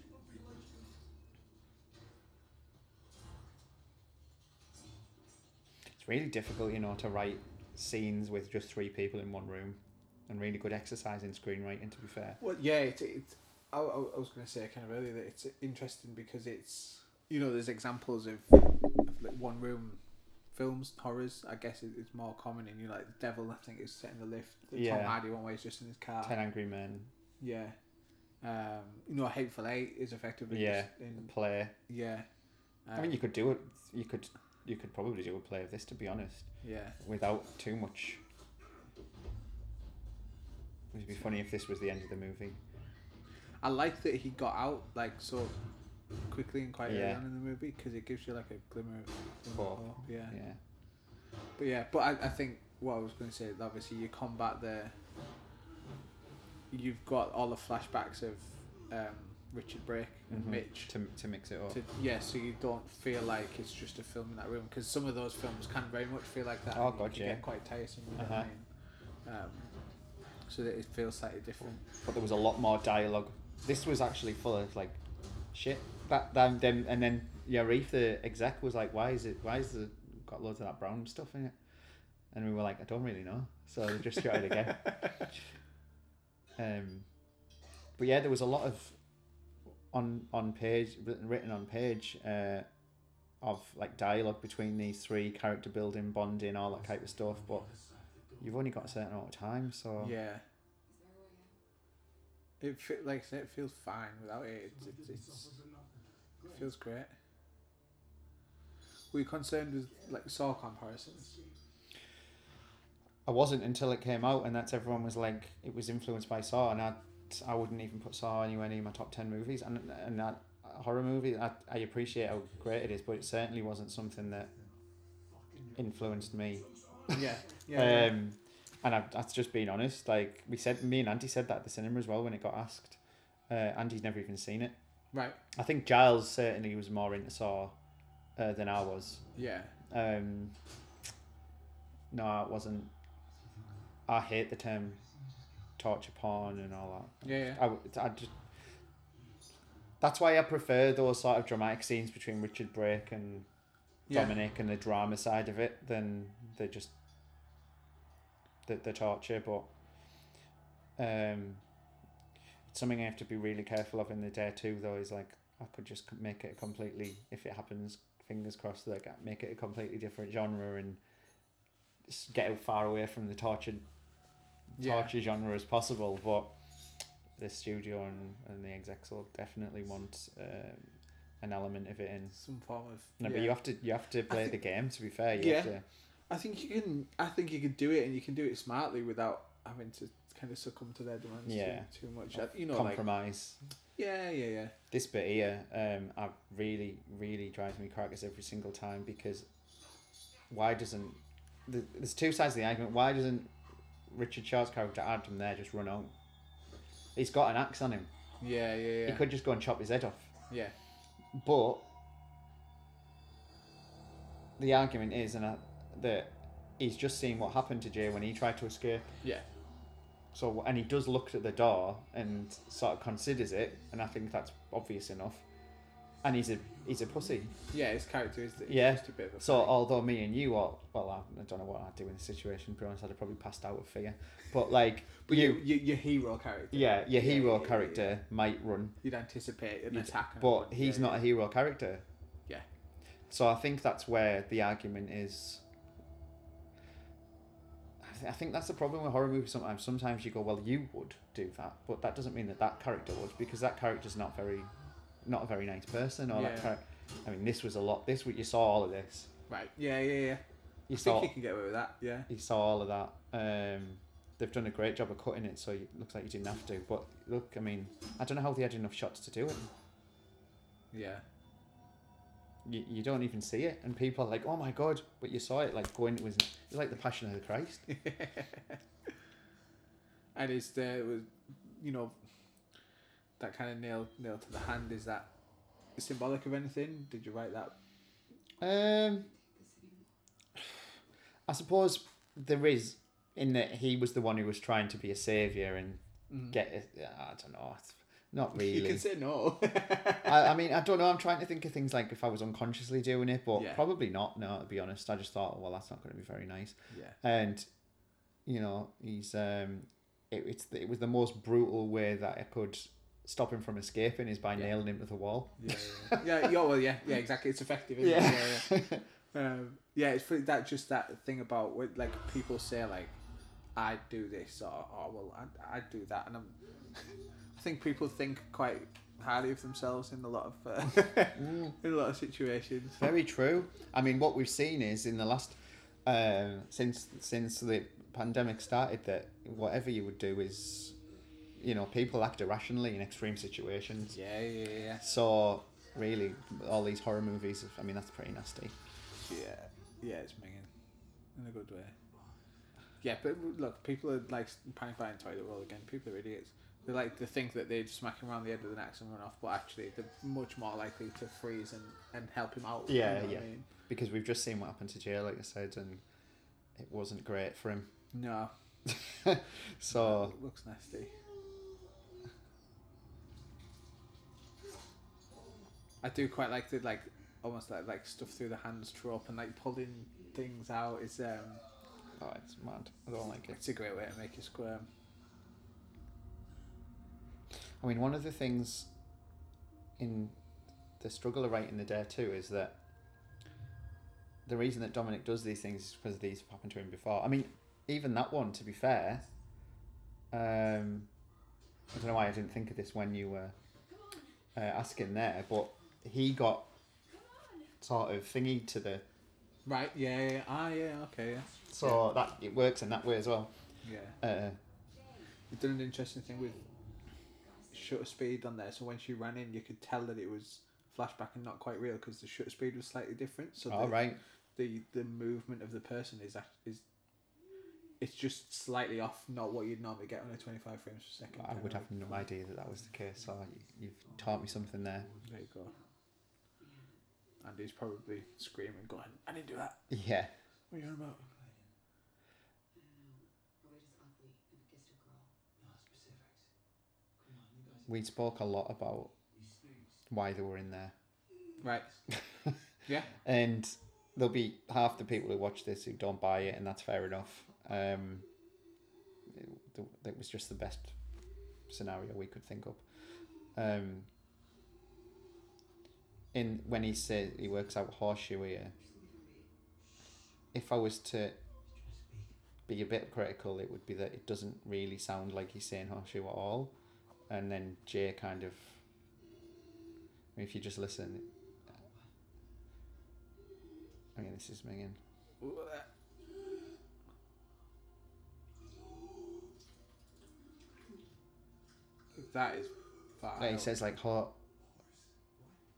it's really difficult, you know, to write scenes with just three people in one room, and really good exercise in screenwriting. To be fair, Well, yeah, it, it, I, I I was going to say kind of earlier that it's interesting because it's, you know, there's examples of, of like one room films, horrors. I guess it, it's more common in, you know, like The Devil, I think, is set in the lift. The Tom Yeah. Hardy one where he's just in his car. Ten Angry Men, Yeah. Um, you know, Hateful Eight is effectively Yeah. just in, play. yeah. Um, I mean, you could do it. You could, you could probably do a play of Um, this. To be honest. yeah. without too much. It'd be funny if this was the end of the movie. I like that he got out like so quickly and quite early Yeah. on in the movie because it gives you like a glimmer of glimmer of Hope. hope. Yeah. Yeah. but yeah, but I, I think what I was going to say, obviously, you combat the. You've got all the flashbacks of um, Richard Brake and Mhm. Mitch. To, to mix it up. To, yeah, so you don't feel like it's just a film in that room because some of those films can very much feel like that. Oh, and it God, can yeah. get quite tiresome. with Uh-huh. it, Um, so that it feels slightly different. but there was a lot more dialogue. This was actually full of like shit. That then then and then yeah, Reef the exec was like, "Why is it? Why is it got loads of that brown stuff in it?" And we were like, "I don't really know." So they just shot it again. Um, but yeah, there was a lot of on on page written written on page uh, of like dialogue between these three character building, bonding, all that type of stuff. But you've only got a certain amount of time, so Yeah. It fe- like I said, it feels fine without it. It's, it's, it's, it feels great. Were you concerned with like Saw comparisons? I wasn't until it came out, and that's everyone was like, it was influenced by Saw, and I, I wouldn't even put Saw anywhere near my top ten movies, and and that horror movie, I, I appreciate how great it is, but it certainly wasn't something that influenced me. yeah, yeah. Um, and I've, that's just being honest. Like we said, me and Andy said that at the cinema as well when it got asked. Uh, Andy's never even seen it. right. I think Giles certainly was more into Saw uh, than I was. Yeah. Um, no, it wasn't. I hate the term torture porn and all Yeah. yeah. that. I, would- I just, that's why I prefer those sort of dramatic scenes between Richard Brake and yeah. Dominic and the drama side of it than the just the, the torture. But um, it's something I have to be really careful of in the day too. Though is like I could just c- make it a completely if it happens. Fingers crossed, like I make it a completely different genre and s- get far away from the torture Yeah. torture genre as possible. But the studio and, and the execs will definitely want um, an element of it in. Some form of. No, yeah. but you have to you have to play the game. To be fair, you Yeah. have to. I think you can. I think you can do it, and you can do it smartly without having to kind of succumb to their demands Yeah. too, too much. I- You know, like compromise. yeah, yeah, yeah. This bit here, um, I really really drives me crackers every single time because why doesn't the, there's two sides of the argument. Why doesn't Richard Shaw's character Adam there just run on? He's got an axe on him. Yeah, yeah, He yeah. could just go and chop his head off. Yeah, But the argument is, and I, that he's just seen what happened to Jay when he tried to escape. yeah, So and he does look at the door and sort of considers it, and I think that's obvious enough. And he's a he's a pussy. yeah. His character is is Yeah. just a bit of a. So uh, freak. although me and you are well, I, I don't know what I'd do in this situation. To be honest, I'd have probably passed out of fear. But like but you, you, you, your hero character. yeah, your Yeah, hero yeah, yeah, character might run, You'd anticipate an You'd- attack, and but wouldn't, he's yeah, not a hero character. Yeah. So I think that's where the argument is. I, th- I think that's the problem with horror movies sometimes. Sometimes you go, well, you would do that, but that doesn't mean that that character would, because that character's not very, not a very nice person, or Yeah. that character. I mean, this was a lot. This you saw all of this. Right. Yeah, yeah, yeah. You I think saw you can get away with that. Yeah. he saw all of that. Um, they've done a great job of cutting it, so it looks like you didn't have to. But look, I mean, I don't know how they had enough shots to do it. Yeah. You, you don't even see it, and people are like, "Oh my god!" But you saw it, like going. It was it's like the Passion of the Christ. and it's there was, you know, that kind of nail nail to the hand. Is that symbolic of anything? Did you write that? Um, I suppose there is in that he was the one who was trying to be a savior and Mhm. get. it- I don't know. it's Not really. You can say no. I, I mean, I don't know. I'm trying to think of things like if I was unconsciously doing it, but Yeah. probably not. No, to be honest, I just thought, well, that's not going to be very nice. yeah. And you know, he's um, it, it's it was the most brutal way that I could stop him from escaping is by Yeah. nailing him to the wall. Yeah, yeah, yeah. yeah, yeah, well, yeah, yeah, exactly. It's effective. Isn't Yeah. It? yeah, yeah. Um, yeah, it's pretty, that just that thing about what like people say like, I do this or oh well I I do that and I'm, I think people think quite highly of themselves in a lot of uh, in a lot of situations. Mm, Very true. I mean, what we've seen is in the last um, since since the pandemic started that whatever you would do is, you know, people act irrationally in extreme situations. Yeah, yeah, yeah. So really, all these horror movies. I mean, that's pretty nasty. Yeah, yeah, it's minging in a good way. Yeah, but look, people are like panic buying toilet roll again. People are idiots. They like to think that they'd smack him around the head with an axe and run off, but actually they're much more likely to freeze and, and help him out. Yeah, what yeah. mean? Because we've just seen what happened to Jay, like I said, and it wasn't great for him. No, So it looks nasty. I do quite like the like almost like like stuff through the hands trope and like pulling things out is um oh, it's mad. I don't like it. it's a great way to make you squirm. I mean, one of the things in the struggle of writing the dare too is that the reason that Dominic does these things is because these have happened to him before. I mean, even that one, to be fair, um, I don't know why I didn't think of this when you were uh, asking there, but he got sort of thingy to the Right? Yeah. yeah, yeah. Ah. Yeah. Okay. Yeah. so that it works in that way as well. Yeah. Uh, They did an interesting thing with shutter speed on there. So when she ran in, you could tell that it was flashback and not quite real because the shutter speed was slightly different. So all the, right, the the movement of the person is act- is it's just slightly off, not what you'd normally get on a twenty five frames per second. Uh, I would camera. have no idea that that was the case. So you- you've taught me something there. There you go. Andy's probably screaming, going, "I didn't do that." Yeah. What are you on about? We spoke a lot about why they were in there. Right. yeah. And there'll be half the people who watch this who don't buy it, and that's fair enough. Um, it, th- that was just the best scenario we could think up. Um, in when he says he works out horseshoe here, if I was to be a bit critical, it would be that it doesn't really sound like he's saying horseshoe at all. And then Jay kind of, I mean, if you just listen, I mean, this is Megan. That is far. Like he out. says like hot.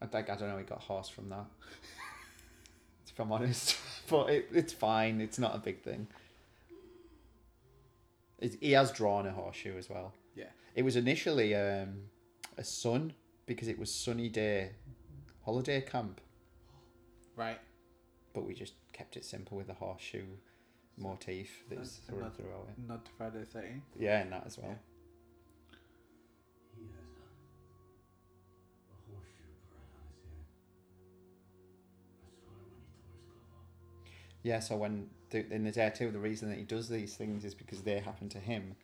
I think I don't know. He got horse from that. if I'm honest, but it, it's fine. It's not a big thing. It, he has drawn a horseshoe as well. Yeah. It was initially um, a sun because it was sunny day, holiday camp, Right. but we just kept it simple with the horseshoe motif that's That's run not- throughout it. Not to Friday the 13th. Yeah, and that as well. He has done. A horseshoe brand on his head. I saw Yeah, so it when he tore his glove off. when the, in the dare two, the reason that he does these things is because they happen to him.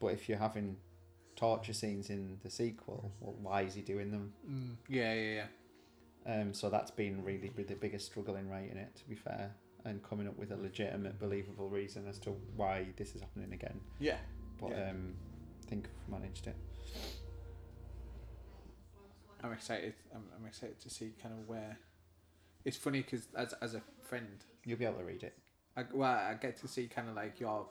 But if you're having torture scenes in the sequel, well, why is he doing them? Mm. Yeah, yeah, yeah. Um, so that's been really b- the biggest struggle in writing it, to be fair, and coming up with a legitimate, believable reason as to why this is happening again. Yeah. But Yeah. um, I think I've managed it. I'm excited. I'm, I'm excited to see kind of where. It's funny because as, as a friend, You'll be able to read it. I, well, I get to see kind of like your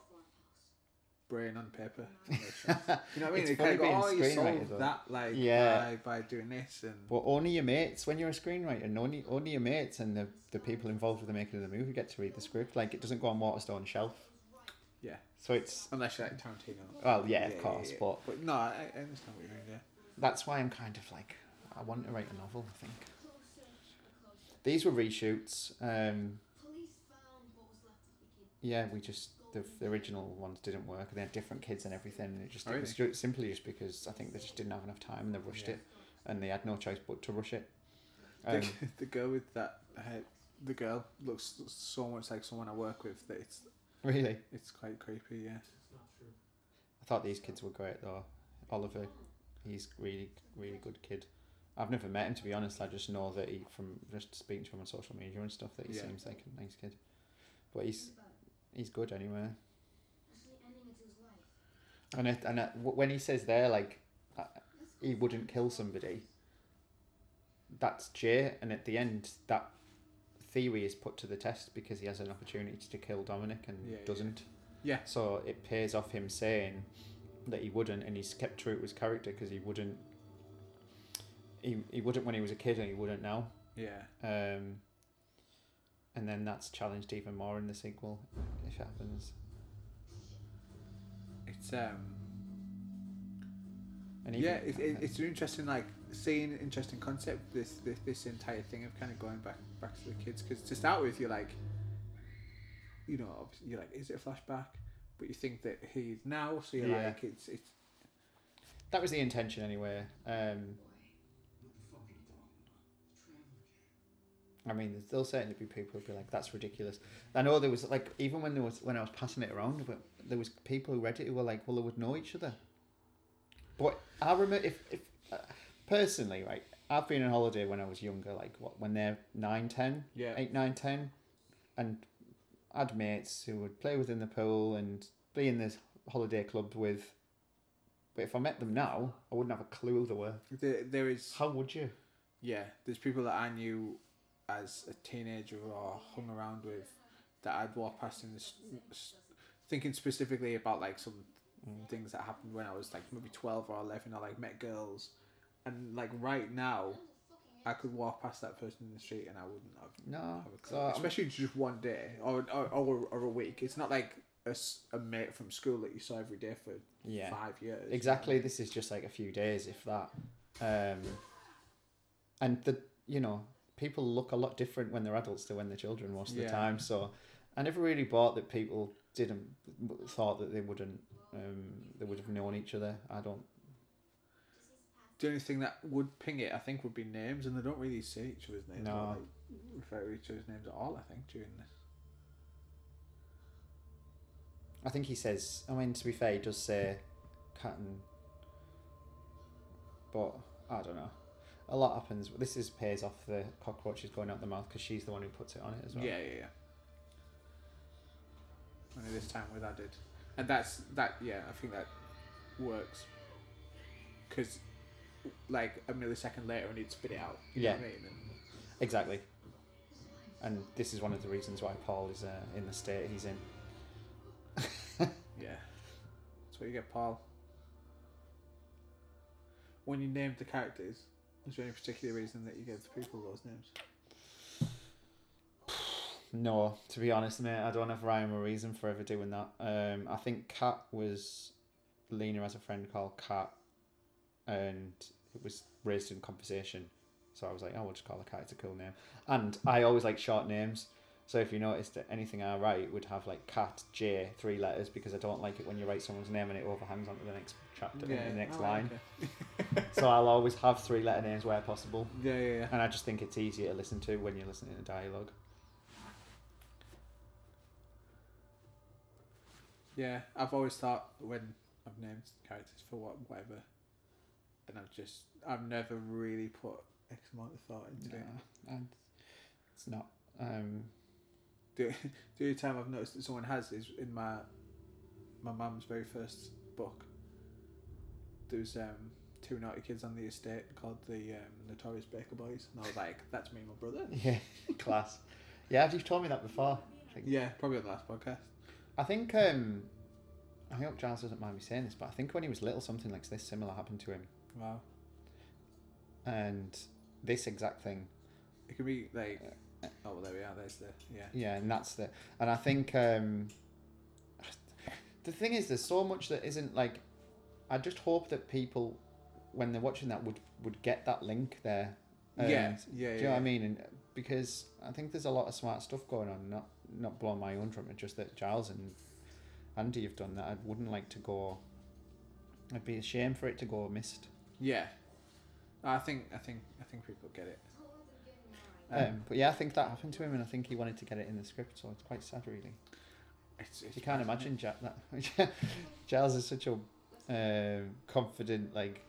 brain on paper. you know what I mean? It's It kind funny of go, being oh, you screenwriter, solved though." that like Yeah. by, by doing this and But only your mates, when you're a screenwriter, and only only your mates and the, the people involved with the making of the movie get to read the script. Like, it doesn't go on Waterstone shelf. yeah. So it's Unless you're like Tarantino. Well, yeah, of course, yeah. but But no, I, I understand what you mean. Yeah. that's why I'm kind of like I want to write a novel. I think these were reshoots. Um, yeah, we just the, the original ones didn't work. They had different kids and everything, and it just Oh, it was ju- simply just because I think they just didn't have enough time and they rushed Yeah. it, and they had no choice but to rush it. The, Um, the girl with that head, the girl looks so much like someone I work with that it's really, it's quite creepy. Yeah. It's not true. I thought these kids were great though. Oliver, he's really really good kid. I've never met him to be honest. I just know that he from just speaking to him on social media and stuff that he Yeah. seems like a nice kid. But he's he's good anyway. And it, and it, wh- when he says there like uh, he wouldn't kill somebody, that's Jay. And at the end, that theory is put to the test because he has an opportunity to kill Dominic and Yeah, yeah. doesn't. Yeah. So it pays off him saying that he wouldn't, and he's kept true to his character because he wouldn't. He, he wouldn't when he was a kid, and he wouldn't now. Yeah. Um, and then that's challenged even more in the sequel, if it happens. It's um. And even, Yeah, it, it, it's an interesting like seeing an interesting concept. This this this entire thing of kind of going back back to the kids because to start with you're like, you know, obviously you're like, is it a flashback? But you think that he's now, so you're Yeah. like, it's it's that was the intention anyway. Um, I mean, there'll certainly be people who'll be like, "That's ridiculous." I know there was like, even when there was when I was passing it around, but there was people who read it who were like, "Well, they would know each other." But I remember, if, if uh, personally, right, I've been on holiday when I was younger, like what when they're nine, ten, yeah, eight, nine, ten, and had mates who would play within the pool and be in this holiday club with. But if I met them now, I wouldn't have a clue who they were. there, there is How would you? yeah, there's people that I knew as a teenager or hung around with that I'd walk past in this, thinking specifically about like some things that happened when I was like maybe 12 or 11 or like met girls and like right now I could walk past that person in the street and I wouldn't have, No, have a clue. so I'm- especially just one day or, or, or, or a week it's not like a, s- a mate from school that you saw every day for yeah, five years exactly. This is just like a few days, if that. Um, and the you know people look a lot different when they're adults to when they're children most of the Yeah. time. So I never really bought that people didn't thought that they wouldn't um, they would have known each other. I don't. the only thing that would ping it, I think, would be names, and they don't really say each other's names. or, No. like, refer to each other's names at all. I think during this. I think he says. I mean, to be fair, he does say Catton, but I don't know. A lot happens. This is pays off the cockroaches going out the mouth because she's the one who puts it on it as well. Yeah, yeah, yeah. Only this time with added, and that's that. Yeah, I think that works because, like, a millisecond later, and he'd spit it out. You know Yeah. what I mean? And, Exactly. And this is one of the reasons why Paul is uh, in the state he's in. yeah. That's what you get, Paul. When you named the characters, was there any particular reason that you gave the people those names? No, to be honest, mate, I don't have rhyme or reason for ever doing that. Um, I think Kat was Lena has a friend called Kat, and it was raised in conversation, so I was like, oh, we'll just call her Kat. It's a cool name. And I always like short names, so if you noticed that anything I write would have like Kat J three letters because I don't like it when you write someone's name and it overhangs onto the next chapter, the next oh, line. okay. so I'll always have three letter names where possible. Yeah, yeah, yeah. And I just think it's easier to listen to when you're listening to dialogue. Yeah, I've always thought when I've named characters for what whatever, and I've just I've never really put X amount of thought into it. Nah, and it's not. Um, The, the only time I've noticed that someone has is in my my mum's very first book. There was um, two naughty kids on the estate called the um, Notorious Baker Boys, and I was like, "That's me, and my brother." yeah, class. Yeah, you've told me that before. Yeah, probably on the last podcast. I think. Um, I hope Giles doesn't mind me saying this, but I think when he was little, something like this similar happened to him, Wow, and this exact thing. it could be like, oh, well, there we are. There's the yeah. Yeah, and that's the. And I think um, the thing is, there's so much that isn't like. I just hope that people, when they're watching that, would would get that link there. Um, yeah, yeah, yeah. Do you know what I mean? And uh, because I think there's a lot of smart stuff going on, not not blowing my own trumpet, just that Giles and Andy have done that. I wouldn't like to go. It'd be a shame for it to go missed. Yeah, I think I think I think people get it. Um, but yeah, I think that happened to him, and I think he wanted to get it in the script, so it's quite sad, really. It's, You can't imagine Jack that. Giles is such a um, confident like,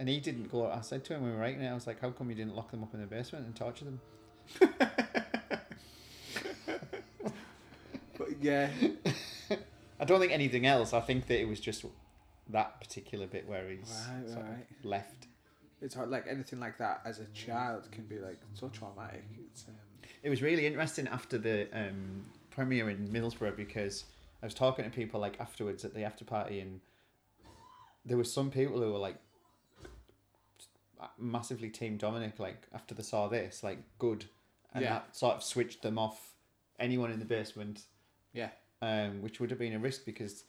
and he didn't go. I said to him when we were writing it, I was like, "How come you didn't lock them up in the basement and torture them?" But yeah, I don't think anything else. I think that it was just that particular bit where he's Right, sort of right. left. it's hard. Like anything like that as a child can be like Mm. so traumatic. It's, um, It was really interesting after the um, premiere in Middlesbrough because I was talking to people like afterwards at the after party, and there were some people who were like massively team Dominic. Like after they saw this, like good, and Yeah. that sort of switched them off anyone in the basement. Yeah. Um, which would have been a risk because,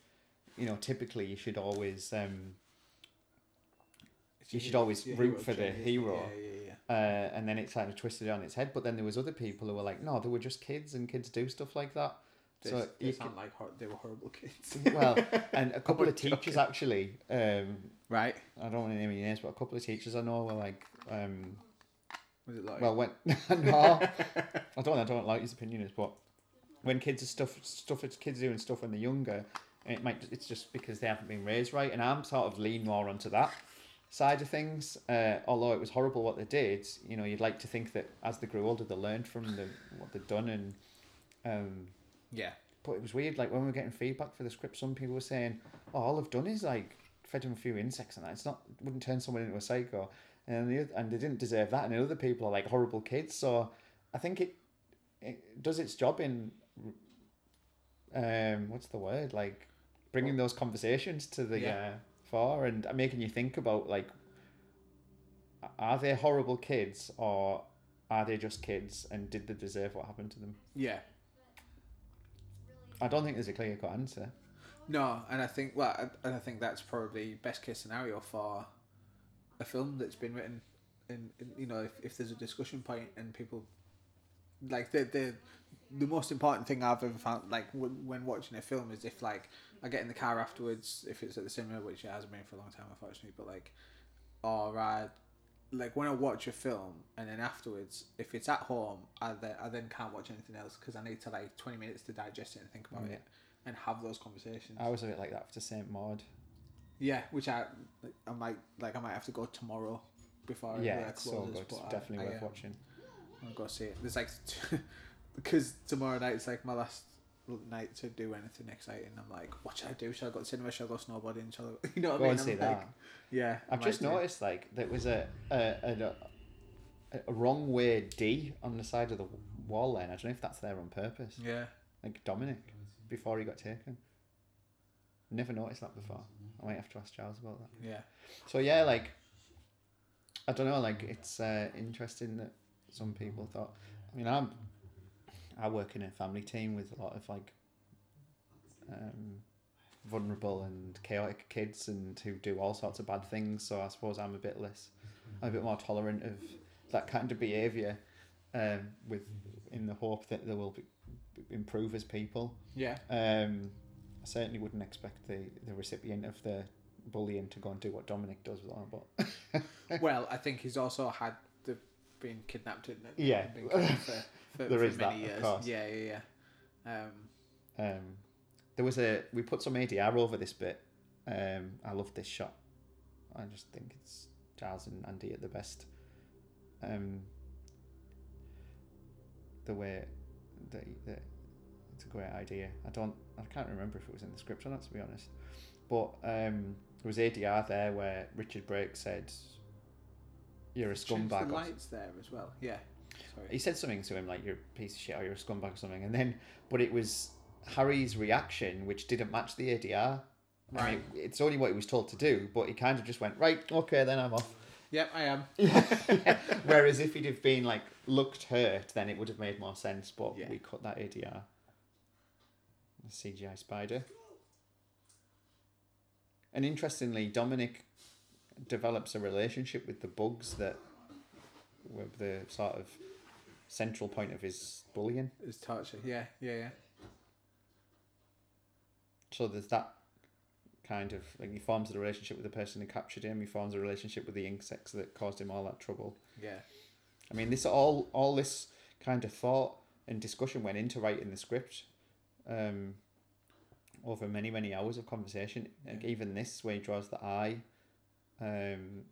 you know, typically you should always um, You should always Your root for the changes. hero. Yeah, yeah, yeah. uh, and then it kind of twisted it on its head. But then there was other people who were like, no, they were just kids, and kids do stuff like that. They, so they you sound like hor- they were horrible kids. c- well, and a couple I'm of teachers actually. Um, Right. I don't want to name any names, but a couple of teachers I know were like, um, Was it like well, when no, I don't, I don't like his opinion is, but when kids are stuff, stuff, it's kids doing stuff when they're younger, and it might, it's just because they haven't been raised right, and I'm sort of lean more onto that side of things. Uh, although it was horrible what they did, you know, you'd like to think that as they grew older, they learned from the what they'd done, and um, yeah. but it was weird. Like when we were getting feedback for the script, some people were saying, "Oh, all I've done is like fed him a few insects and that. It's not it wouldn't turn someone into a psycho." And the oth- and they didn't deserve that. And the other people are like horrible kids. So I think it it does its job in um what's the word like bringing those conversations to the Yeah. uh, fore and making you think about like are they horrible kids or are they just kids and did they deserve what happened to them? Yeah. I don't think there's a clear cut answer. No, and I think well, I- and I think that's probably best case scenario for a film that's been written. And, and, you know, if, if there's a discussion point and people like the the the most important thing I've ever found like when, when watching a film is if like I get in the car afterwards if it's at the cinema which it hasn't been for a long time unfortunately but like or I like when I watch a film and then afterwards if it's at home I then I then can't watch anything else because I need to like twenty minutes to digest it and think about Yeah. it and have those conversations. I was a bit like that after Saint Maud. Yeah, which I I might like I might have to go tomorrow before yeah, work it's so closes, good. It's Oh, but I- definitely I, worth um, watching. I'm gonna see it. There's like because tomorrow night it's like my last night to do anything exciting. I'm like, what should I do? Should I go to cinema? Should I go snowboarding? Shall I? You know what Go I mean? and I'm see like, that. Yeah, I I've just might do. noticed like there was a a, a a a wrong way D on the side of the wall. Then I don't know if that's there on purpose. Yeah, Like Dominic before he got taken. Never noticed that before. I might have to ask Giles about that. yeah, So yeah, like I don't know. Like it's uh, interesting that some people thought. I mean, I'm I work in a family team with a lot of like um, vulnerable and chaotic kids and who do all sorts of bad things. So I suppose I'm a bit less, I'm a bit more tolerant of that kind of behaviour, um, with in the hope that they will be, improve as people. yeah, Um, I certainly wouldn't expect the, the recipient of the bullying to go and do what Dominic does with that, but Eh. well, I think he's also had the being kidnapped and and Yeah. been kidnapped for, for, There for is that, many of years. course. Yeah, yeah, yeah. Um, Um, there was a we put some ADR over this bit. Um, I love this shot. I just think it's Giles and Andy at the best. Um, the way that that it's a great idea. I don't I can't remember if it was in the script or not to be honest. But um, there was ADR there where Richard Brake said, "You're a change scumbag." The or lights there as well. Yeah. Sorry. he said something to him like you're a piece of shit or you're a scumbag or something and then but it was harry's reaction which didn't match the adr I mean, Right. it's only what he was told to do but he kind of just went right okay then i'm off Yep, I am. whereas if he'd have been like looked hurt then it would have made more sense but Yeah. we cut that adr the cgi spider and interestingly dominic develops a relationship with the bugs that were the sort of central point of his bullying. It's torture. Yeah, yeah, yeah. So there's that kind of like he forms a relationship with the person who captured him. He forms a relationship with the insects that caused him all that trouble. Yeah. I mean, this all all this kind of thought and discussion went into writing the script, um, over many many hours of conversation. Like Yeah. even this, where he draws the eye, um,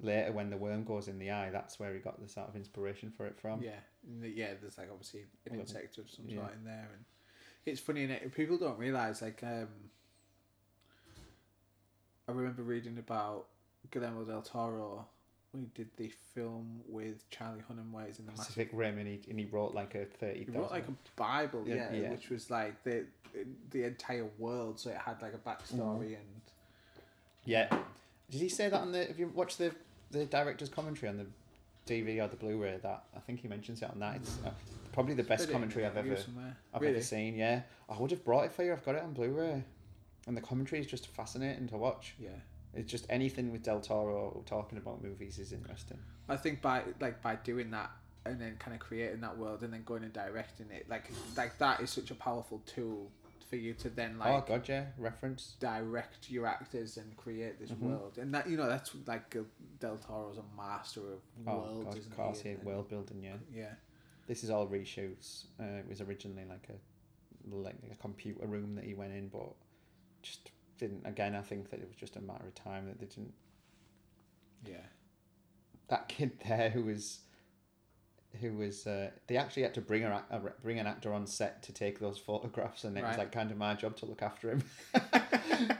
later when the worm goes in the eye, that's where he got the sort of inspiration for it from. yeah, And the- yeah. There's like obviously an Well, insect of some Um, yeah. sort in there, and it's funny. And it, people don't realize like um, I remember reading about Guillermo del Toro we did the film with Charlie Hunnam where he's in the massive. Pacific Rim, and he and he wrote like a thirty He thousand. wrote like a Bible, Yeah, yeah, yeah. which was like the the entire world, so it had like a Mm. backstory and Yeah. Did he say that on the? Have you watched the the director's commentary on the DVD or the Blu-ray? That I think he mentions it on that. It's uh, probably the best Did it commentary in I've the ever review somewhere. I've really? ever seen. Yeah, I would have brought it for you. I've got it on Blu-ray, and the commentary is just fascinating to watch. Yeah, It's just anything with Del Toro talking about movies is interesting. I think by like by doing that and then kind of creating that world and then going and directing it, like like that is such a powerful tool for you to then like oh God, yeah, reference. direct your actors and create this Mm-hmm. world. And that you know that's like uh, Del Toro's a master of Oh worlds, God, isn't of course, he? yeah, And- and- world building. Yeah, Yeah, this is all reshoots. Uh, it was originally like a like a computer room that he went in, but just didn't. Again, I think that it was just a matter of time that they didn't. yeah, That kid there who was. Who was? Uh, they actually had to bring a, a bring an actor on set to take those photographs, and it was Right. like kind of my job to look after him.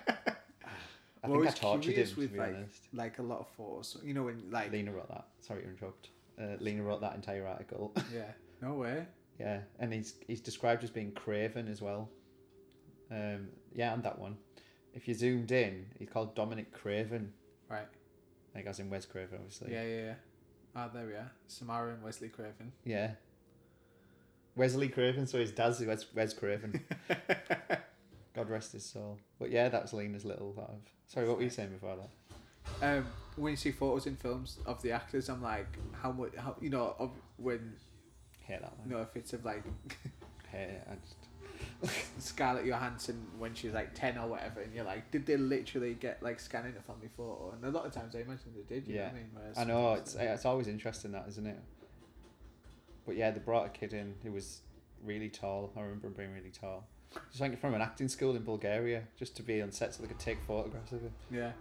I Well, think I it's tortured him curious to be with, like, honest. like a lot of photos. You know when like Lena wrote that. Sorry to interrupt. Uh, Lena wrote that entire article. yeah, no way. Yeah, and he's he's described as being craven as well. Um, yeah, and that one. If you zoomed in, he's called Dominic Craven, Right. like as in Wes Craven, obviously. Yeah, yeah, yeah. Ah, there we are. Samara and Wesley Craven. Yeah. Wesley Craven, so his dad's Wes, Wes Craven. God rest his soul. But yeah, that was Lena's little. That of, sorry, what were you saying before that? Um, when you see photos in films of the actors, I'm like, how much? How you know? Of, when Hate that you one. know if it's of like Hate it. I just, Scarlett Johansson when she's like ten or whatever, and you're like, did they literally get like scanning a family photo? And a lot of times I imagine they did. You Yeah. know what I mean? Whereas I know sometimes it's eh, it's always interesting that, isn't it? But yeah, they brought a kid in who was really tall. I remember him being really tall. Just like from an acting school in Bulgaria, just to be on set so they could take photographs of him. Yeah.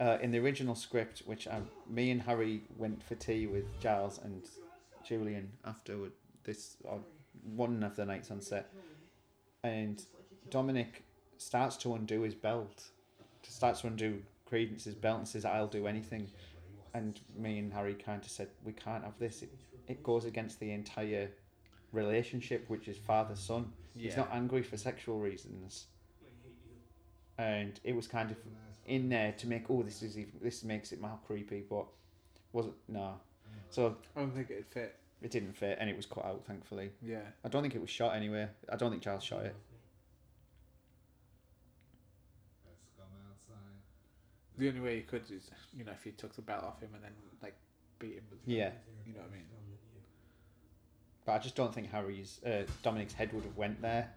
Uh, in the original script, which I, me and Harry went for tea with Giles and Julian afterward this on one of the nights on set, and Dominic starts to undo his belt, starts to undo Credence's belt and says, "I'll do anything." And me and Harry kind of said, "We can't have this. It, it goes against the entire relationship, which is father son. He's Yeah. not angry for sexual reasons." And it was kind of in there to make oh this is even, this makes it more creepy, but wasn't no. So I don't think it'd fit. it didn't fit, and it was cut out. Thankfully, Yeah. I don't think it was shot anywhere. I don't think Giles shot it. Let's come outside. The only way you could is you know if you took the belt off him and then like beat him with. Yeah, You know what I mean? but I just don't think Harry's uh, Dominic's head would have went there.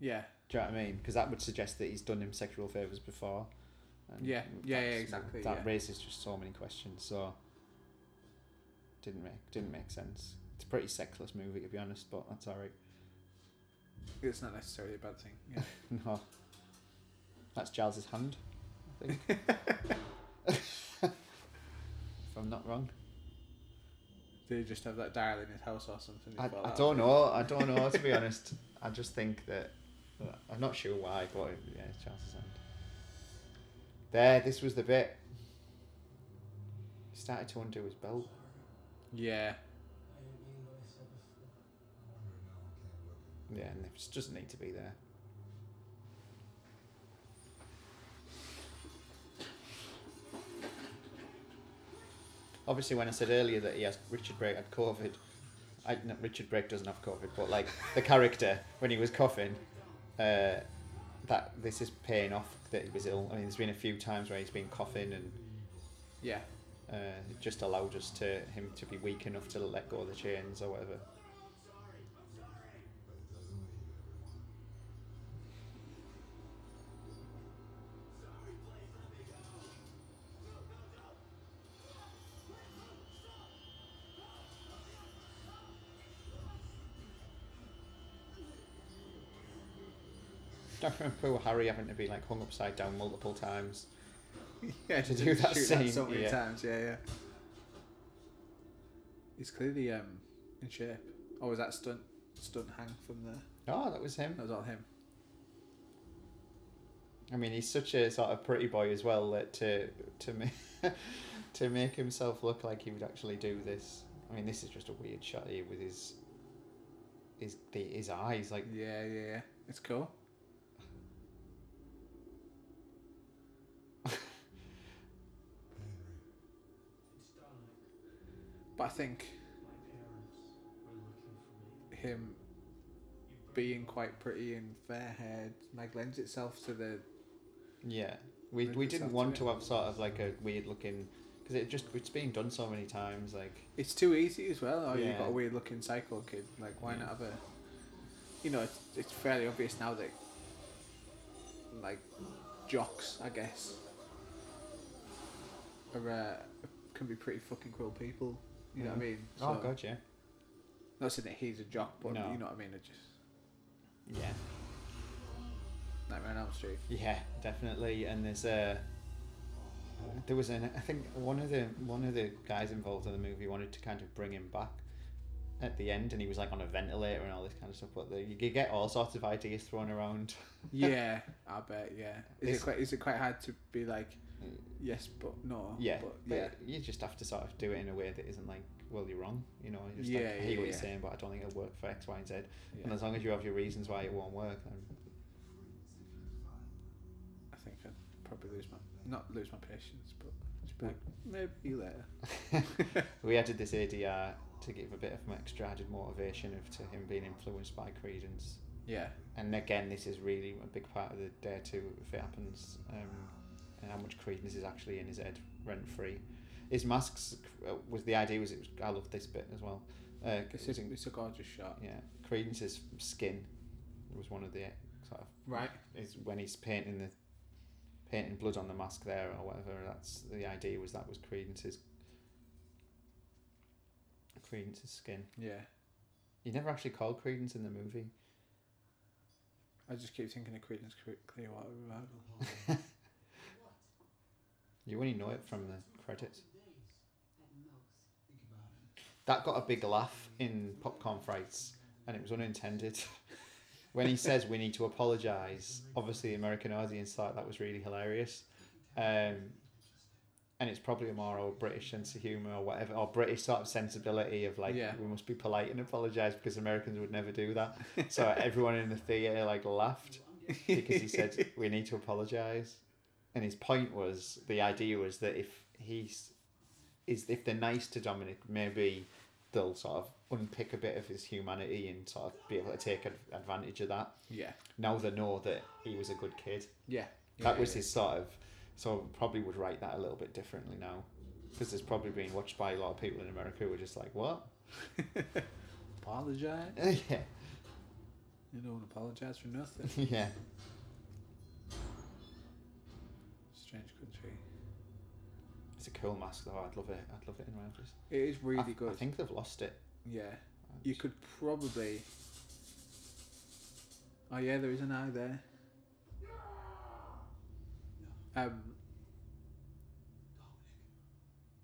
Yeah. Do you know what I mean? Because that would suggest that he's done him sexual favors before. And Yeah, yeah, yeah, that's- exactly, That yeah. raises just so many questions. So didn't make didn't make sense. It's a pretty sexless movie to be honest, but that's alright. It's not necessarily a bad thing. Yeah. No. Oh. That's Giles's hand, I think. if I'm not wrong. Did he just have that dial in his house or something? I, Well, I that- don't know. I don't know, to be honest. I just think that. I'm not sure why, but yeah, it's Giles's hand. There, this was the bit. He started to undo his belt. Yeah. I didn't mean what I said before. I wonder if no one came looking. Yeah, and it just doesn't need to be there. Obviously, when I said earlier that he has Richard Brake had COVID, I, no, Richard Brake doesn't have COVID, but like the character when he was coughing, uh, that this is paying off that he was ill. I mean, there's been a few times where he's been coughing, and Yeah. uh, it just allowed us to him to be weak enough to let go of the chains or whatever. But it doesn't leave everyone. I remember Harry having to be like hung upside down multiple times. Yeah. To just do that shoot scene, so many yeah. times. Yeah, yeah. He's clearly um in shape. Or was that stunt stunt hang from there? Oh, that was him. That was all him. I mean, he's such a sort of pretty boy as well that to to make to make himself look like he would actually do this. I mean, this is just a weird shot here with his his the, his eyes like Yeah, yeah, yeah. It's cool. Henry, It's Dalek. But I think My parents were looking for me. him You broke being my quite pretty and fair haired like lends itself to the yeah. We Like we this didn't want to afternoon. have sort of like a weird looking because it just it's been done so many times like it's too easy as well. Oh, you've Yeah. got a weird looking psycho kid. Like, why Yeah. not have a? You know, it's, it's fairly obvious now that, like, jocks, I guess, are uh, can be pretty fucking cool people. You know what I mean? oh So, god yeah Not saying that he's a jock, but No. you know what I mean. It's just yeah Nightmare on Elm Street. yeah definitely and there's a. There was an I think one of the one of the guys involved in the movie wanted to kind of bring him back at the end, and he was like on a ventilator and all this kind of stuff. But the, you could get all sorts of ideas thrown around. Yeah, I bet. Yeah. Is It's- it quite? Is it quite hard to be like, yes, but no. Yeah, Oh, But, but yeah. You just have to sort of do it in a way that isn't like, well, you're wrong. You know, you just Yeah, like, I hear yeah, what you're yeah. saying, but I don't think it'll work for X, Y, and Z. And yeah. as long as you have your reasons why it won't work, then I think I'd probably lose my not lose my patience, but just be like, maybe later. we added this ADR to give a bit of an extra added motivation of to him being influenced by Credence. Yeah. And again, this is really a big part of the Dare Two if it happens, um, and how much Credence is actually in his head rent free. His masks uh, was the idea was it was, I love this bit as well. Uh, It's it's a, in- it's a gorgeous shot. yeah, Credence's skin was one of the sort of Right. is when he's painting the painting blood on the mask there or whatever. That's the idea was that was Credence's Credence's skin. Yeah. He never actually called Credence in the movie. I just keep thinking of Creedence Cre- Clearwater Revival. You only know it from the credits. Think about it. That got a big laugh in popcorn frights, and it was unintended. when he says we need to apologise, obviously the American audience thought that was really hilarious. Um, and it's probably a more old British sense of humour or whatever, or British sort of sensibility of like Yeah. we must be polite and apologise because Americans would never do that. so everyone in the theatre like laughed because he said we need to apologise. And his point was the idea was that if he's is if they're nice to Dominic, maybe they'll sort of unpick a bit of his humanity and sort of be able to take ad- advantage of that. Yeah. Now they know that he was a good kid. Yeah. That Yeah, was yeah. his sort of. So I probably would write that a little bit differently now, because it's probably been watched by a lot of people in America who are just like, what? Apologise. yeah, You don't apologise for nothing. yeah. Strange country. It's a cool mask though. I'd love it. I'd love it in Wales. It is really I, good. I think they've lost it. Yeah. You could probably. Oh yeah, there is an eye there. Um.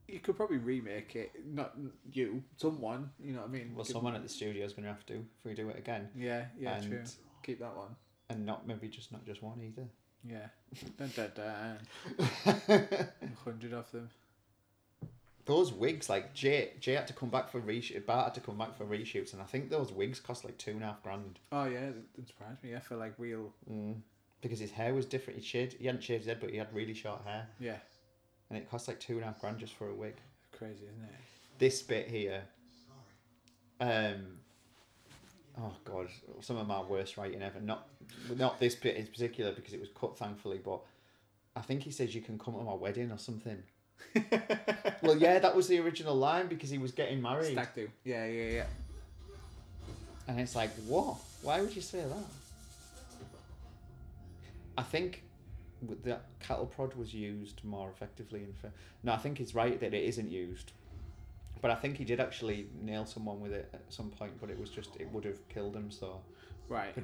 You could probably remake it. Not you, someone. You know what I mean? Well, Give- someone at the studio is going to have to if we do it again, Yeah, yeah, and true. Keep that one. and not maybe just not just one either. Yeah. dun, dun, dun. A hundred of them. those wigs, like Jay, Jay had to come back for reshoot. Bart had to come back for reshoots, and I think those wigs cost like two and a half grand. Oh yeah, that- that surprised me. Yeah, for like real. Mm. Because his hair was different. He shaved. He hadn't shaved his head, but he had really short hair, Yeah, and it cost like two and a half grand just for a wig. crazy, isn't it? This bit here, um, oh god, some of my worst writing ever. Not, not this bit in particular because it was cut thankfully, but I think he says you can come to my wedding or something. well, yeah, that was the original line because he was getting married. Stag do. Yeah, yeah, yeah. And it's like, what? Why would you say that? I think with the cattle prod was used more effectively in. fi- No, I think it's right that it isn't used. But I think he did actually nail someone with it at some point, but it was just it would have killed him. So Right.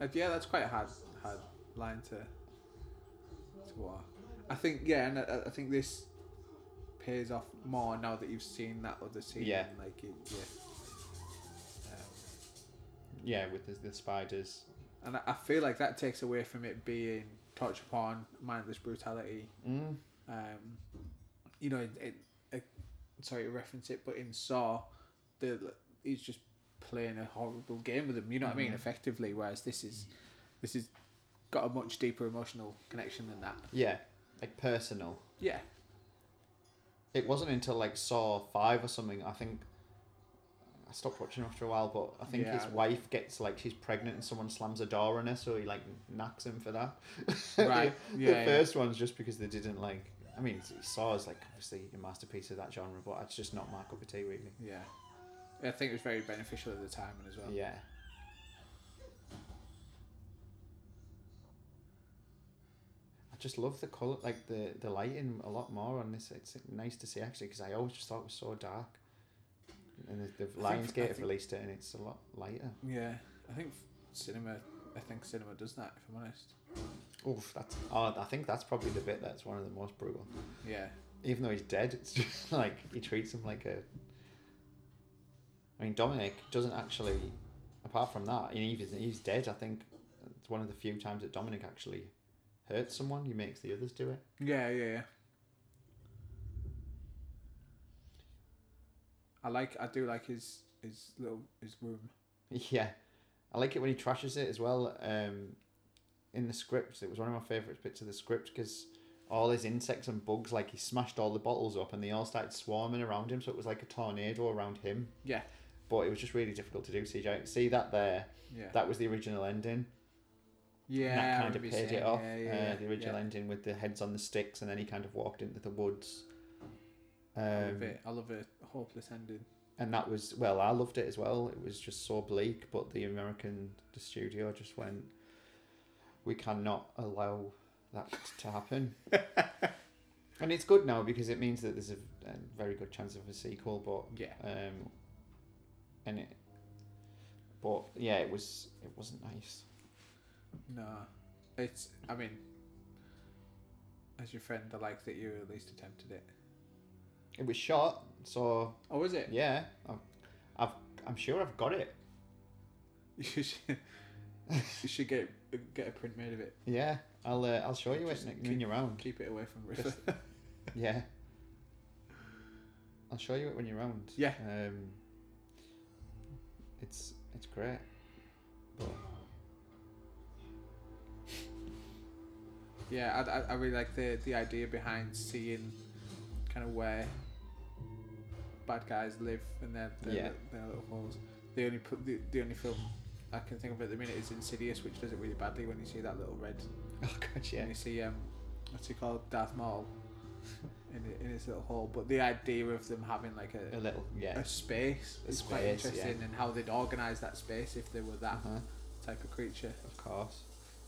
Uh, yeah, that's quite a hard, hard line to to walk. I think yeah, and I, I think this pays off more now that you've seen that other scene. Yeah. Like it, yeah. Um, yeah, with the, the spiders. And I- I feel like that takes away from it being torture porn, mindless brutality. Mm. Um, you know, it, it, it, sorry to reference it, but in Saw, the he's just playing a horrible game with him. You know what I mean? Mhm. Effectively, whereas this is this is got a much deeper emotional connection than that. Yeah, like personal. Yeah, It wasn't until like Saw Five or something. I think I stopped watching after a while, but I think Yeah. his wife gets like she's pregnant and someone slams a door on her, so he like knacks him for that. right. the Yeah, yeah. first one's just because they didn't like. I mean, Saw is like obviously a masterpiece of that genre, but it's just not my cup of tea really. yeah. I think it was very beneficial at the time as well. Yeah. I just love the color, like the the lighting, a lot more on this. It's nice to see actually, because I always just thought it was so dark. And the, the I think- I Lionsgate have think- released it, and it's a lot lighter. Yeah, I think cinema. I think cinema does that. If I'm honest. Oof, that's. Oh, I think that's probably the bit that's one of the most brutal. Yeah. Even though he's dead, it's just like he treats him like a. I mean, Dominic doesn't actually. Apart from that, and even he's dead. I think it's one of the few times that Dominic actually hurts someone. He makes the others do it. Yeah, yeah, yeah. I like. I do like his his little his room. Yeah, I like it when he trashes it as well. Um, in the script, it was one of my favorite bits of the script because all his insects and bugs, like he smashed all the bottles up and they all started swarming around him, so it was like a tornado around him. Yeah. But it was just really difficult to do CJ. See that there? Yeah. That was the original ending. yeah. and I that kind of remember you paid it saying, off. Yeah, uh, the original ending with the heads on the sticks, and then he kind of walked into the woods. I Um, love it. I love a hopeless ending. and that was well i loved it as well it was just so bleak but the american the studio just went we cannot allow that to happen and it's good now because it means that there's a, a very good chance of a sequel but Yeah. um and it but yeah it was it wasn't nice No, it's. I mean, as your friend, I like that you at least attempted it. it was shot so Oh, is it? yeah I've, I've i'm sure i've got it You should. you should get get a print made of it. yeah i'll uh, i'll show you Just it when- keep- when you're around Keep it away from River. Just- Yeah. I'll show you it when you're around. Yeah. Um, it's it's great. But Yeah, I, I, I really like the the idea behind seeing kind of where bad guys live and their their, Yeah. their little holes. The only pl- the, the only film I can think of at the minute is Insidious, which does it really badly when you see that little red. oh god, yeah. And you see um, what's he called, Darth Maul, in i- in his little hole. But the idea of them having like A a little yeah. a space A is quite space, interesting, and how they'd organize that space if they were that Uh-huh, type of creature. of course.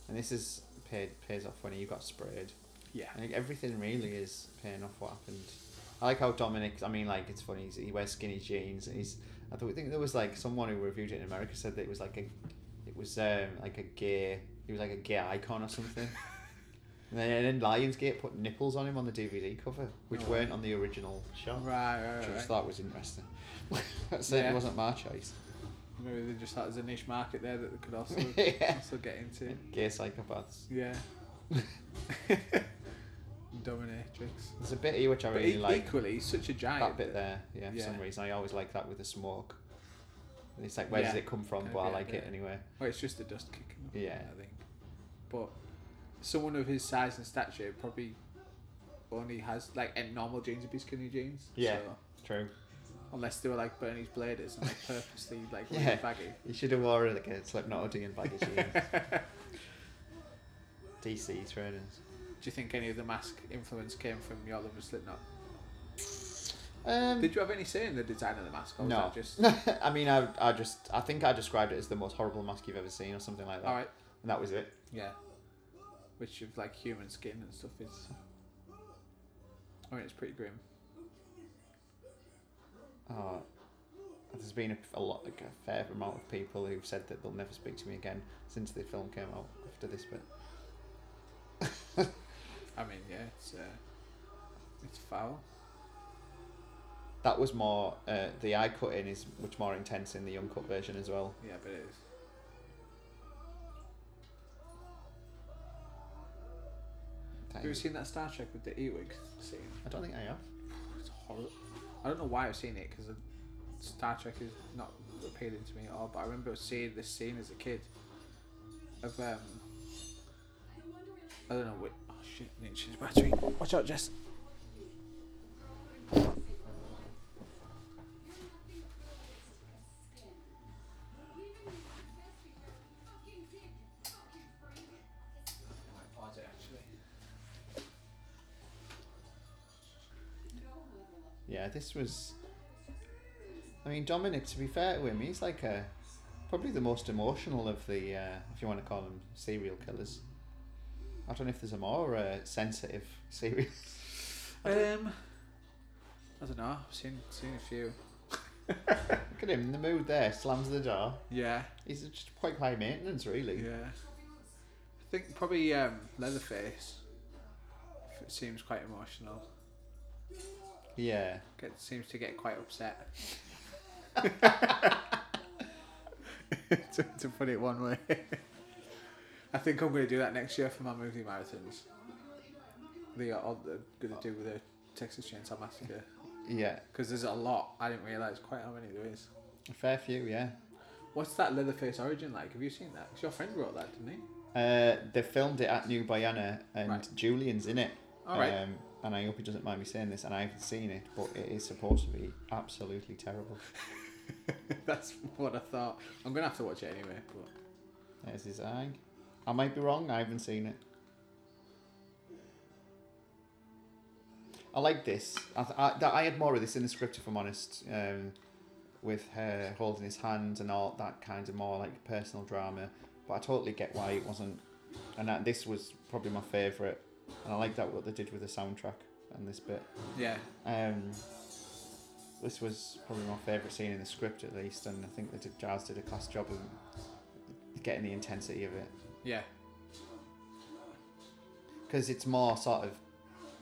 And this is paid pays off when he got sprayed. Yeah. I think everything really is paying off what happened. I like how Dominic. I mean, like it's funny. he's- He wears skinny jeans, and he's. I thought- I think there was like someone who reviewed it in America said that it was like a, it was um like a gay. He was like a gay icon or something. and then, and then Lionsgate put nipples on him on the DVD cover, which No way. weren't on the original shot. Oh, Right, right, Which right. I thought was interesting. that certainly Yeah. wasn't my choice. Maybe they just thought there's a niche market there that they could also Yeah. also get into. Gay psychopaths. Yeah. Dominatrix. There's a bit here which I But really e- like. equally, he's such a giant. that bit there, yeah, for some Yeah. reason. I always like that with the smoke. And It's like, where does Yeah. it come from? Kinda But I bit, like it yeah. anyway. Well, it's just the dust kicking up. Yeah. I think. But someone of his size and stature probably only has like and normal jeans would be skinny jeans. Yeah. So, True. unless they were like Bernie's Bladers and like purposely like really Yeah. baggy. You should have wore like a Slipknot hoodie and baggy jeans. DC trainers. Do you think any of the mask influence came from your love of Slipknot? Um, Did you have any say in the design of the mask? Or was no. that just I mean, I, I just, I think I described it as the most horrible mask you've ever seen or something like that. all right. And that was it. Yeah. Which of like human skin and stuff is. I mean, it's pretty grim. Uh, there's been a, a lot, like a fair amount of people who've said that they'll never speak to me again since the film came out after this bit. I mean, yeah, it's uh, it's foul. That was more uh, the eye cutting is much more intense in the uncut version as well. Yeah, but it is. Have you ever seen that Star Trek with the Ewig scene? I don't think I have. It's horrible. I don't know why I've seen it because Star Trek is not appealing to me at all. But I remember seeing this scene as a kid of um. I don't know what. Oh shit! I need to change the battery. Watch out, Jess. Yeah, this was. I mean, Dominic. To be fair to him, he's like a probably the most emotional of the, uh, if you want to call them, serial killers. I don't know if there's a more uh, sensitive serial. Um, I don't know. I've seen seen a few. Look at him in the mood there. Slams the door. Yeah, He's just quite high maintenance, really. yeah. I think probably um, Leatherface. It seems quite emotional. Yeah. Get, seems to get quite upset. to, to put it one way. I think I'm going to do that next year for my movie marathons. They are all going to do with the Texas Chainsaw Massacre. Yeah. Because there's a lot. I didn't realise quite how many there is. A fair few. Yeah. What's that Leatherface origin like? Have you seen that? 'Cause your friend wrote that, didn't he? Uh, they filmed it at New Bayana, and Right. Julian's in it. All right. Um, and I hope he doesn't mind me saying this, and I haven't seen it, but it is supposed to be absolutely terrible. That's what I thought. I'm going to have to watch it anyway. But There's his eye. I might be wrong. I haven't seen it. I like this. I, th- I, that I had more of this in the script, if I'm honest, um, with her holding his hand and all that kind of more like personal drama. But I totally get why it wasn't. And that, this was probably my favourite. And I like that what they did with the soundtrack and this bit. yeah. Um, this was probably my favourite scene in the script, at least, and I think that did- Giles did a class job of getting the intensity of it Yeah. because it's more sort of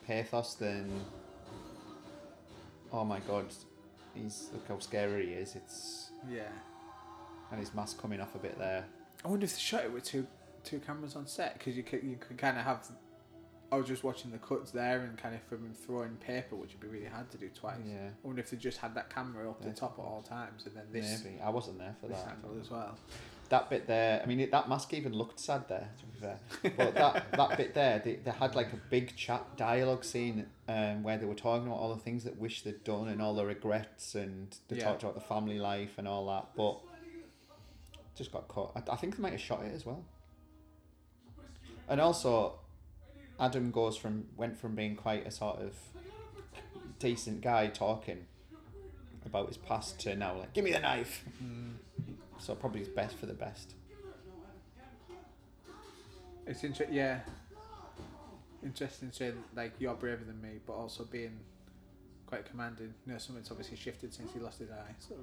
pathos than oh my god, he's look how scary he is. It's Yeah. and his mask coming off a bit there. I wonder if they shot it with two two cameras on set because you could, you could kind of have. I was just watching the cuts there and kind of from him throwing paper, which would be really hard to do twice. Yeah, I wonder if they just had that camera up Yeah. the top at all times and then this, maybe I wasn't there for this that. angle as well. that bit there, I mean, it, that mask even looked sad there, to be fair. But that, that bit there, they, they had like a big chat dialogue scene um, where they were talking about all the things that wish they'd done and all the regrets and they Yeah. talked about the family life and all that, but just got caught. I, I think they might have shot it as well. And also, Adam goes from went from being quite a sort of decent guy talking about his past to now like, give me the knife. Mm. So probably it's best for the best. It's interesting. Yeah. Interesting saying like you're braver than me, but also being quite commanding. You know, something's obviously shifted since he lost his eye. So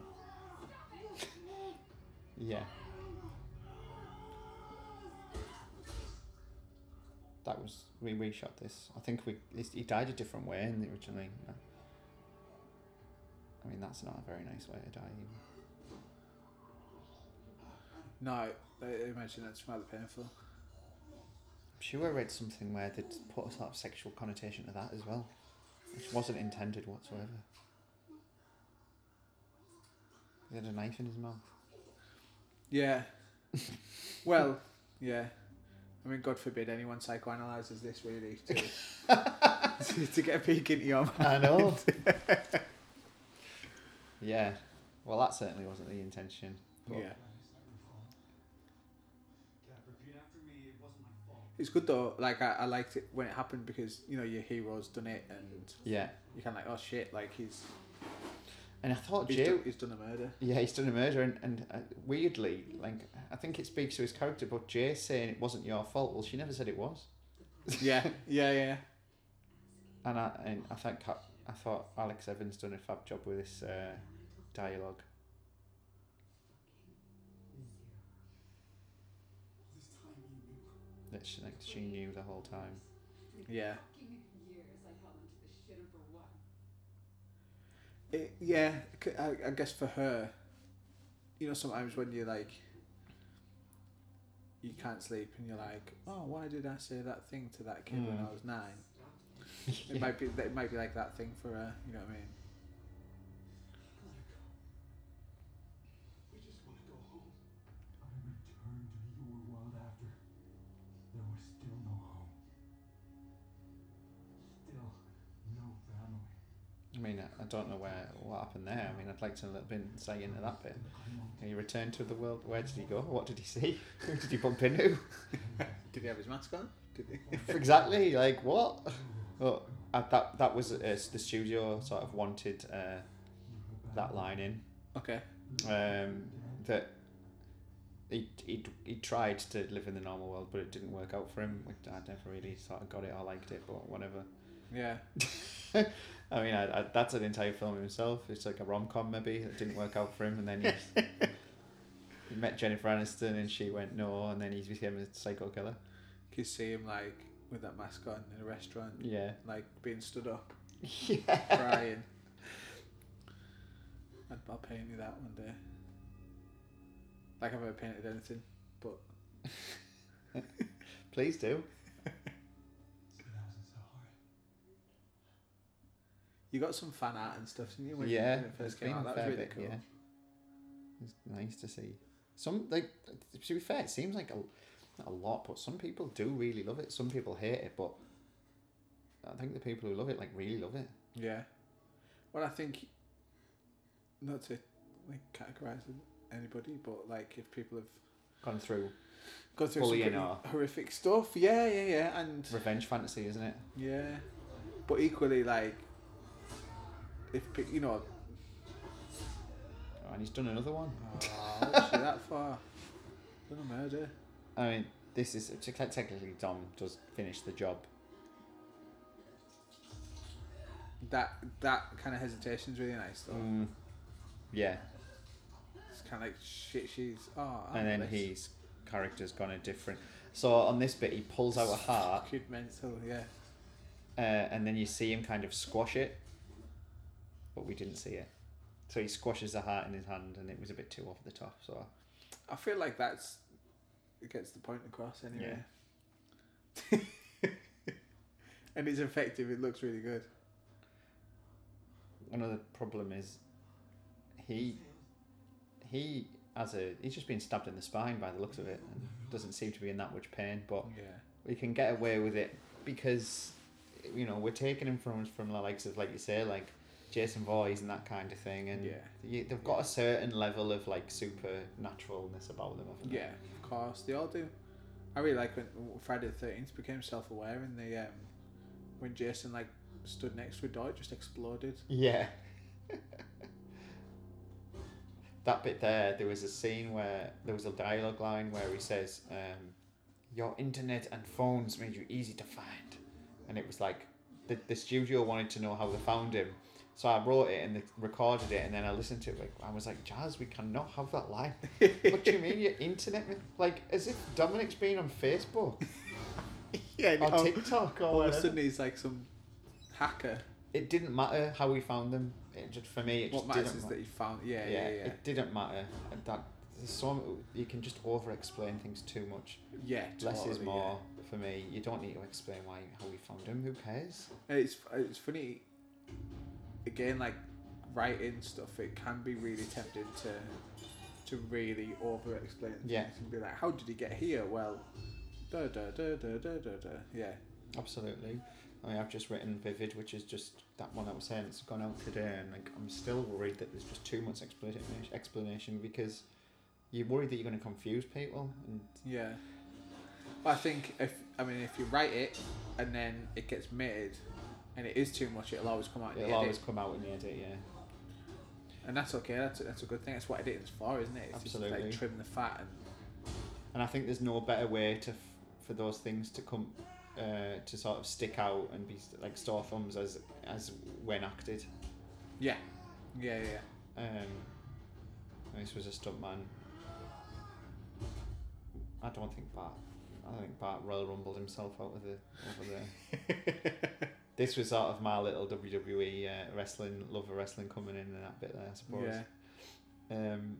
Yeah. That was we reshot this. I think we this- he died a different way in the originally. uh, I mean that's not a very nice way to die. either. no, I I imagine that's rather painful. I'm sure I read something where they'd put a sort of sexual connotation to that as well, which wasn't intended whatsoever. He had a knife in his mouth. Yeah. well, yeah. I mean, God forbid anyone psychoanalyzes this really to, to, to get a peek into your mind. I know. yeah. Well, that certainly wasn't the intention. but- Yeah. Dad, repeat after me. It wasn't my fault. It's good though. Like I, I liked it when it happened because you know your hero's done it and Yeah. you kind of like oh shit like he's And I thought he's, Jay. done, he's done a murder. Yeah, he's done a murder, and, and uh, weirdly, like I think it speaks to his character. But Jay saying it wasn't your fault. Well, she never said it was, yeah, yeah, yeah. and I and I think I, I thought Alex Evans done a fab job with this uh, dialogue. This time you knew. That she, like she knew the whole time. Yeah. Years I held onto the shitter for what? It, yeah, c- I, I guess for her, you know, sometimes when you like, you- you can't sleep and you're like, oh, why did I say that thing to that kid when Mm. I was nine? It Yeah. might be it might be like that thing for uh, you know what I mean. Let her go. We just want to go home. I returned to your world after. There was still no home. Still no family. I mean, I- I don't know where what happened there. I mean, I'd like to know a little bit insight into that bit. He returned to the world. Where did he go? What did he see? Who did he bump into? Did he have his mask on? Did he? exactly. Like what? Oh, I, that that was uh, the studio sort of wanted uh, that line in. Okay. um, that he, he he tried to live in the normal world, but it didn't work out for him. Which I never really sort of got it or liked it, but whatever. Yeah. I mean, I, I, that's an entire film in himself. It's like a rom com maybe that didn't work out for him, and then he, he met Jennifer Aniston, and she went no, and then he became a psycho killer. You see him like with that mask on in a restaurant, Yeah, like being stood up, yeah. crying. I'd, I'll paint you that one day. Like I've never painted anything. Please do. See, that wasn't so hard. You got some fan art and stuff, didn't you? When yeah, you, when it it's first been came out, a that was fair really bit. cool. Yeah, it's nice to see. Some like to be fair, it seems like a, not a lot, but some people do really love it. Some people hate it, but I think the people who love it like really love it. Yeah. Well, I think not to like categorize anybody, but like if people have Gone through gone through Bullying some or- pretty horrific stuff, yeah, yeah, yeah, and revenge fantasy, isn't it? yeah, but equally like if pe- you know, Oh, and he's done another one. oh, actually that far, done a murder. I mean, this is te- technically Dom does finish the job. That that kind of hesitation's really nice though. Mm, yeah, It's kind of like shit. She's oh, I'm and then this his character's gone a different. So on this bit, he pulls out a heart. kid mental. Yeah, uh, and then you see him kind of squash it, but we didn't see it. So he squashes the heart in his hand, and it was a bit too off the top. So I feel like that's it gets the point across anyway. and it's effective. It looks really good. another problem is he he as a he's just been stabbed in the spine by the looks of it, and doesn't seem to be in that much pain. But Yeah. we can get away with it because you know we're taking him from from the likes of like you say like Jason Voorhees and that kind of thing, and Yeah. you, they've got a certain level of like supernaturalness about them, haven't they? Yeah, of course they all do. I really like when Friday the Thirteenth became self-aware and they um when Jason like stood next to a door, it just exploded. Yeah. that bit there, there was a scene where there was a dialogue line where he says, um, "Your internet and phones made you easy to find," and it was like the the studio wanted to know how they found him. So I wrote it and they recorded it, and then I listened to it. Like, I was like, "Jazz, we cannot have that line." what do you mean, your internet? ma- Like, as if Dominic's been on Facebook Yeah, oh, or TikTok or all of a whatever. sudden he's like some hacker. it didn't matter how we found them. It just for me, it What just matters didn't is ma- that he found. Yeah, yeah, yeah, yeah. it didn't matter. And that there's some you can just over-explain things too much. Yeah, Less is totally, more for me. You don't need to explain why how we found him. Who cares? And it's it's funny. Again, like writing stuff, it can be really tempting to to really over-explain things Yeah. and be like, "How did he get here?" Well, da da da da da da da. Yeah, Absolutely. I mean, I've just written Vivid, which is just that one I was saying. It's gone out today, and like I'm still worried that there's just too much explanation. Explanation because you're worried that you're going to confuse people. And yeah. But I think if I mean if you write it and then it gets made and it is too much, it'll always come out. in the it'll always edit. come out in the edit. Yeah. and that's okay. That's a, that's a good thing. That's what editing's for, isn't it? It's Just, Absolutely. like trim the fat and and I think there's no better way to f- for those things to come uh, to sort of stick out and be st- like sore thumbs as as when acted. yeah, yeah, yeah. Um, and this was a stuntman. I don't think Bart. I don't think Bart Royal rumbled himself out of the over there. this was sort of my little WWE uh, wrestling love of wrestling coming in and that bit there, I suppose. Yeah. Um,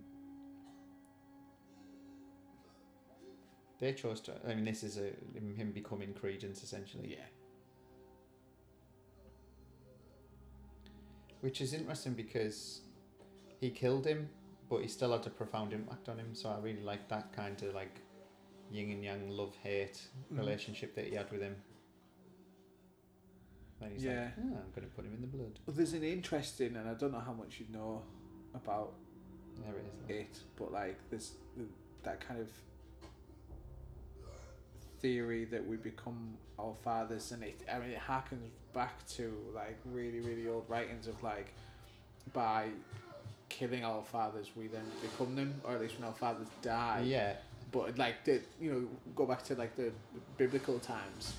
They chose to. I mean, this is a, him becoming Credence essentially, Yeah. which is interesting because he killed him, but he still had a profound impact on him. So I really like that kind of like yin and yang love hate Mhm. relationship that he had with him. Then he's Yeah. like, "Ah, I'm going to put him in the blood. Well, there's an interesting, and I don't know how much you know about There it is. it, but like there's th- that kind of theory that we become our fathers, and it. I mean, it harkens back to like really, really old writings of like by killing our fathers, we then become them, or at least when our fathers die. yeah, But like the you know go back to like the biblical times,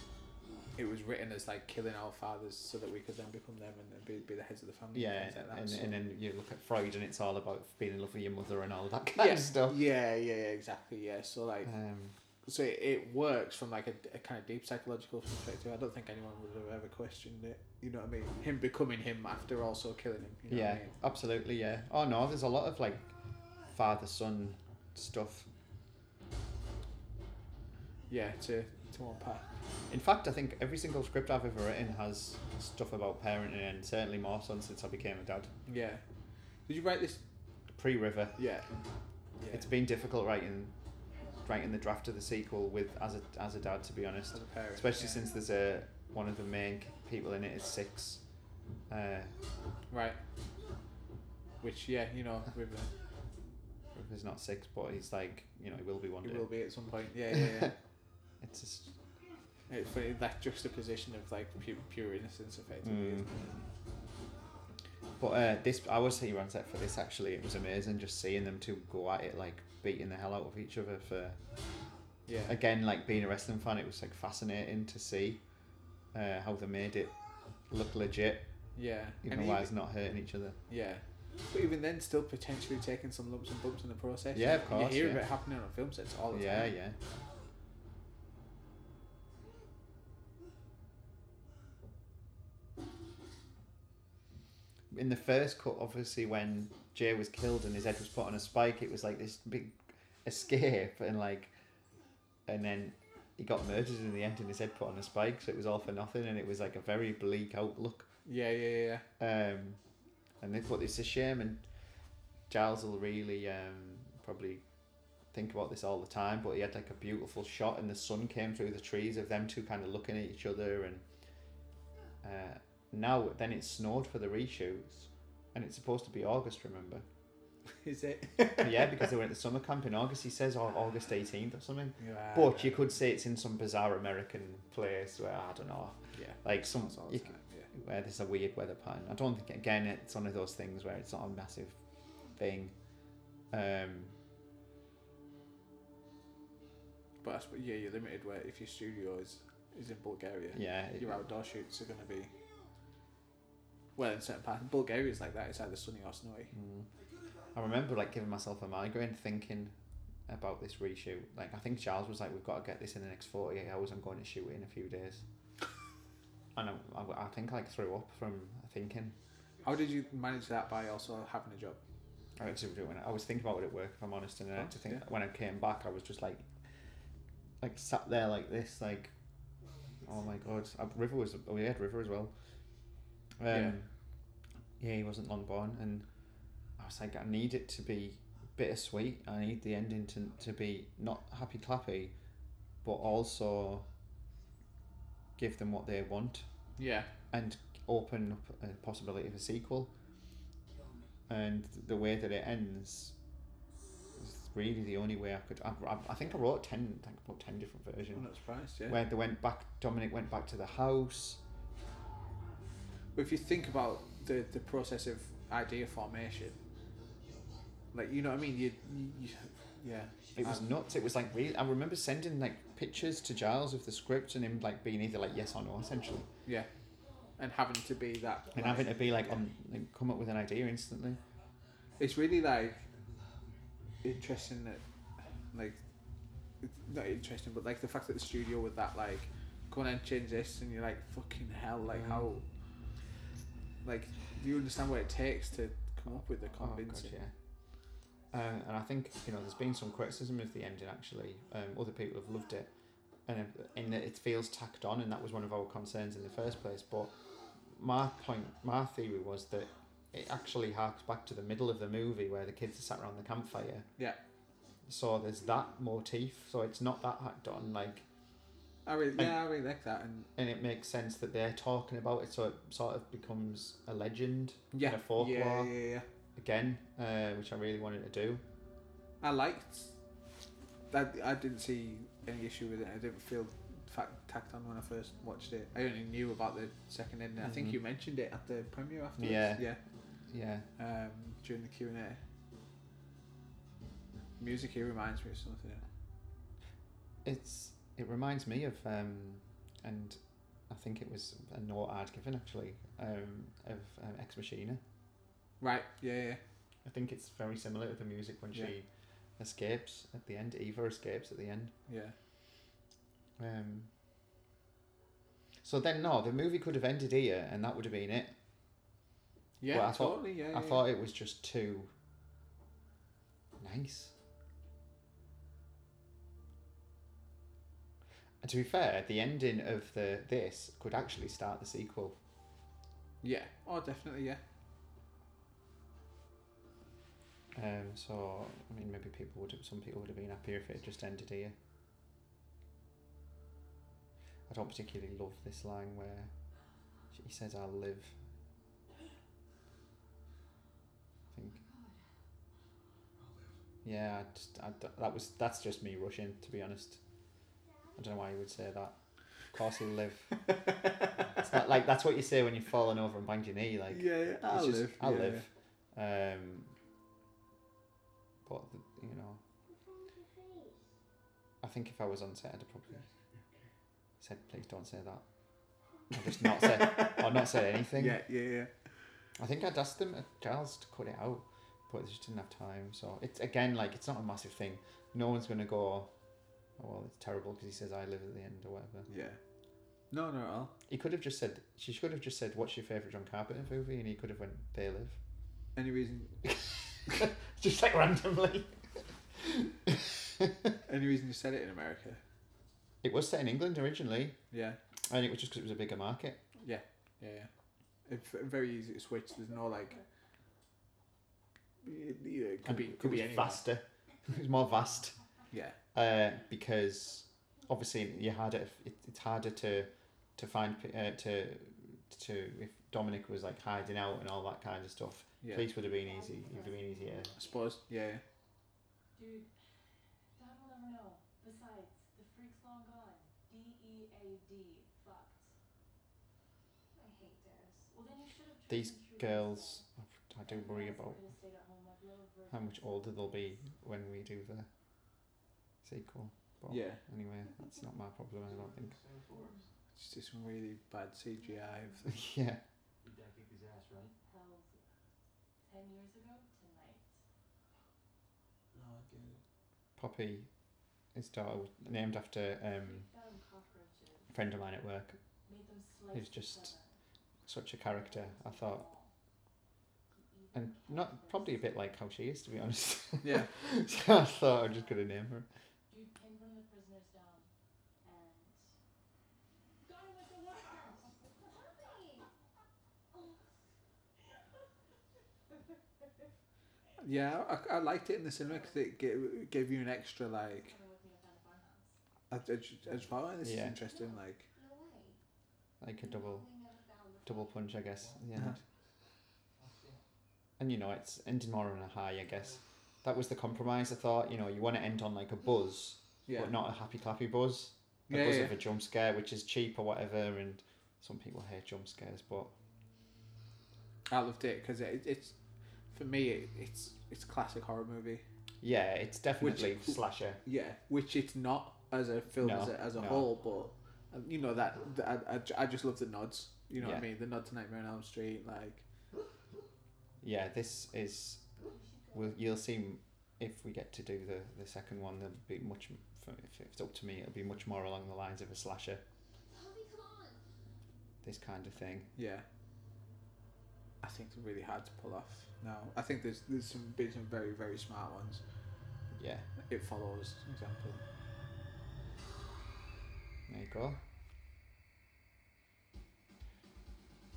it was written as like killing our fathers so that we could then become them and then be, be the heads of the family. and yeah, things like that. and, So- and then you look at Freud, and it's all about being in love with your mother and all that kind yeah, of stuff. Yeah, yeah, yeah, exactly. Yeah, so like, Um, so it, it works from like a, a kind of deep psychological perspective. I don't think anyone would have ever questioned it. You know what I mean? Him becoming him after also killing him. You know yeah, What I mean? absolutely. Yeah. Oh no, there's a lot of like father son stuff. Yeah. To to unpack. In fact, I think every single script I've ever written has stuff about parenting, and certainly more so since I became a dad. Yeah. Did you write this? Pre River, Yeah. Yeah. it's been difficult writing writing the draft of the sequel with as a as a dad to be honest. As a parent, Especially yeah. since there's a one of the main people in it is six. Uh, right. Which yeah, you know, with, uh, he's not six, but he's like you know he will be one it day. will be at some point. Yeah, yeah, yeah. It's just it's funny that juxtaposition of like pure, pure innocence, effectively. Mm. isn't it? But uh, this, I was here on set for this. Actually, it was amazing just seeing them two go at it, like beating the hell out of each other. For Yeah. again, like being a wrestling fan, it was like fascinating to see uh, how they made it look legit, yeah. even And though even- it's not hurting each other. Yeah. But even then, still potentially taking some lumps and bumps in the process. Yeah, of And course, You hear yeah. about it happening on film sets all the Yeah, time. yeah. In the first cut, obviously, when Jay was killed and his head was put on a spike, it was like this big escape, and like, and then he got murdered in the end, and his head put on a spike, so it was all for nothing, and it was like a very bleak outlook. Yeah, yeah, yeah. yeah. Um, and they thought it's a shame, and Giles will really um, probably think about this all the time. But he had like a beautiful shot, and the sun came through the trees of them two kind of looking at each other. And uh, now, then it snowed for the reshoots, and it's supposed to be August, remember? Is it? yeah, because they were at the summer camp in August. He says oh, August 18th or something. Yeah. But you could say it's in some bizarre American place where I don't know, Yeah. like some That's all the you time. Yeah. where there's a weird weather pattern. I don't think again it's one of those things where it's not a massive thing. Um, But I suppose, yeah, you're limited where if your studio is, is in Bulgaria, yeah, it- your outdoor shoots are going to be. Well, in certain parts, Bulgaria is like that. It's either sunny or snowy. mm. I remember like giving myself a migraine thinking about this reshoot. Like I think Charles was like, "We've got to get this in the next forty eight hours. I'm going to shoot it in a few days." And I, I, I think I, like threw up from thinking. How did you manage that by also having a job? I actually doing it. I was thinking about it at work, if I'm honest, and I Oh, actually think yeah. when I came back, I was just like, like sat there like this, like, oh my god, Uh, River was oh, we had River as well. Um, Yeah. yeah. he wasn't long born, and I was like, I need it to be bittersweet. I need the ending to to be not happy clappy, but also give them what they want Yeah. and open up a possibility of a sequel. And the way that it ends is really the only way I could. I, I, I think I wrote ten, like about ten different I'm versions. not surprised, yeah. Where they went back, Dominic went back to the house. But if you think about the, the process of idea formation, like you know what I mean, you, you, you yeah, It was Um, nuts. It was like really. I remember sending like pictures to Giles of the script and him like being either like yes or no essentially, yeah, and having to be that and like- having to be like on like, come up with an idea instantly. it's really like interesting that like it's not interesting but like the fact that the studio with that like go on and change this and you're like fucking hell like Mm. how like do you understand what it takes to come up with the Oh god, convincing yeah. Um, and I think you know, there's been some criticism of the ending. Actually, um, other people have loved it, and in that it feels tacked on, and that was one of our concerns in the first place. But my point, my theory was that it actually harks back to the middle of the movie where the kids are sat around the campfire. Yeah. So there's that motif. So it's not that hacked on, like, I really, yeah, I really like that, and and it makes sense that they're talking about it. So it sort of becomes a legend yeah, and a folklore yeah, yeah, yeah. again, uh, which I really wanted to do. I liked that. I didn't see any issue with it. I didn't feel fact tacked on when I first watched it. I only knew about the second ending. I think Mhm. you mentioned it at the premiere afterwards. Yeah. yeah. Yeah. Um, during the Q and A. Music here reminds me of something. It's it reminds me of um, and I think it was a note I'd given actually um, of um, Ex Machina. Right. Yeah. Yeah. I think it's very similar to the music when Yeah. she escapes at the end. Eva escapes at the end. Yeah. Um, so then, no, the movie could have ended here, and that would have been it. Yeah. Well, I thought- totally. yeah. yeah, I thought it was just too nice. And to be fair, the ending of the this could actually start the sequel. Yeah. Oh, definitely. Yeah. Um, so I mean, maybe people would have, some people would have been happier if it had just ended here. I don't particularly love this line where he says, "I'll live." I think. Yeah, I just, I d that was that's just me rushing. To be honest, I don't know why you would say that. Of course, he'll live. it's not like that's what you say when you're falling over and bang your knee. Like, yeah. yeah. I it's live. just- I yeah. live. Um, but you know, I think if I was on set, I'd have probably said, "Please don't say that." Or just not say, or not say anything. Yeah. Yeah. Yeah. I think I'd asked them, Giles, to cut it out, but they just didn't have time. So it's again like it's not a massive thing. No one's gonna go. Oh, well, it's terrible because he says I live at the end or whatever. Yeah. No. No. At all. He could have just said she could have just said what's your favorite John Carpenter movie, and he could have went They Live, Any reason? just like randomly. Any reason you said it in America? It was set in England originally, Yeah. and it was just because it was a bigger market. Yeah, yeah. It's v- very easy to switch. There's no like. y- yeah, It could and be, it could was be anywhere. vaster. it was more vast Yeah, uh, because obviously you had it, it. It's harder to to find p- uh, to to if Dominic was like hiding out and all that kind of stuff. yeah. Police would have been easy. It would have been easier. I suppose. Yeah, yeah. Dude, Dad will never know. Besides, the freak's long gone. D E A D. Fucked. I hate this. Well, then you should have. tried These and true girls, I instead. do worry about If I stayed at home, I'd love her. how much older they'll be when we do the sequel. But Yeah. Anyway, that's not my problem. I don't think. Same force. It's just some really bad CGI. of the- yeah. Your dad kicked his ass, right? Hell yeah. Ten years ago tonight. No, I get it. Poppy, his daughter, was named after um, We found cockroaches. a friend of mine at work. Made them slice It's just- each other. Such a character, I thought, He even and had not this- probably a bit like how she is, to be honest. yeah, so I thought I'm just gonna name her. Dude pinned one of the prisoners down and got him with the workers. yeah. I, I liked it in the cinema because it gave, gave you an extra like. Coming with me, I found a farmhouse. I, I, ju- I just thought oh, this Yeah. is interesting. Like, No way. Like a double, We never found the double punch, I guess. Yeah. Uh-huh. And you know, it's ending more on a high, I guess. That was the compromise. I thought, you know, you want to end on like a buzz, yeah, but not a happy clappy buzz. A yeah, buzz yeah. of a jump scare, which is cheap or whatever, and some people hate jump scares, but I loved it because it, it's for me it, it's it's classic horror movie. yeah, it's definitely slasher. Yeah, which it's not as a film No, as a, as a no. whole, but um, you know that, that- I, I ju- I, just love the nods. You know what I Yeah. mean? The nod to Nightmare on Elm Street, like yeah, this is. We'll, you'll see if we get to do the, the second one. There'll be much. for- If it's up to me, it'll be much more along the lines of a slasher, Poppy, come on. this kind of thing. yeah. I think it's really hard to pull off. No, I think there's there's some been some very very smart ones. Yeah, It follows example. there you go.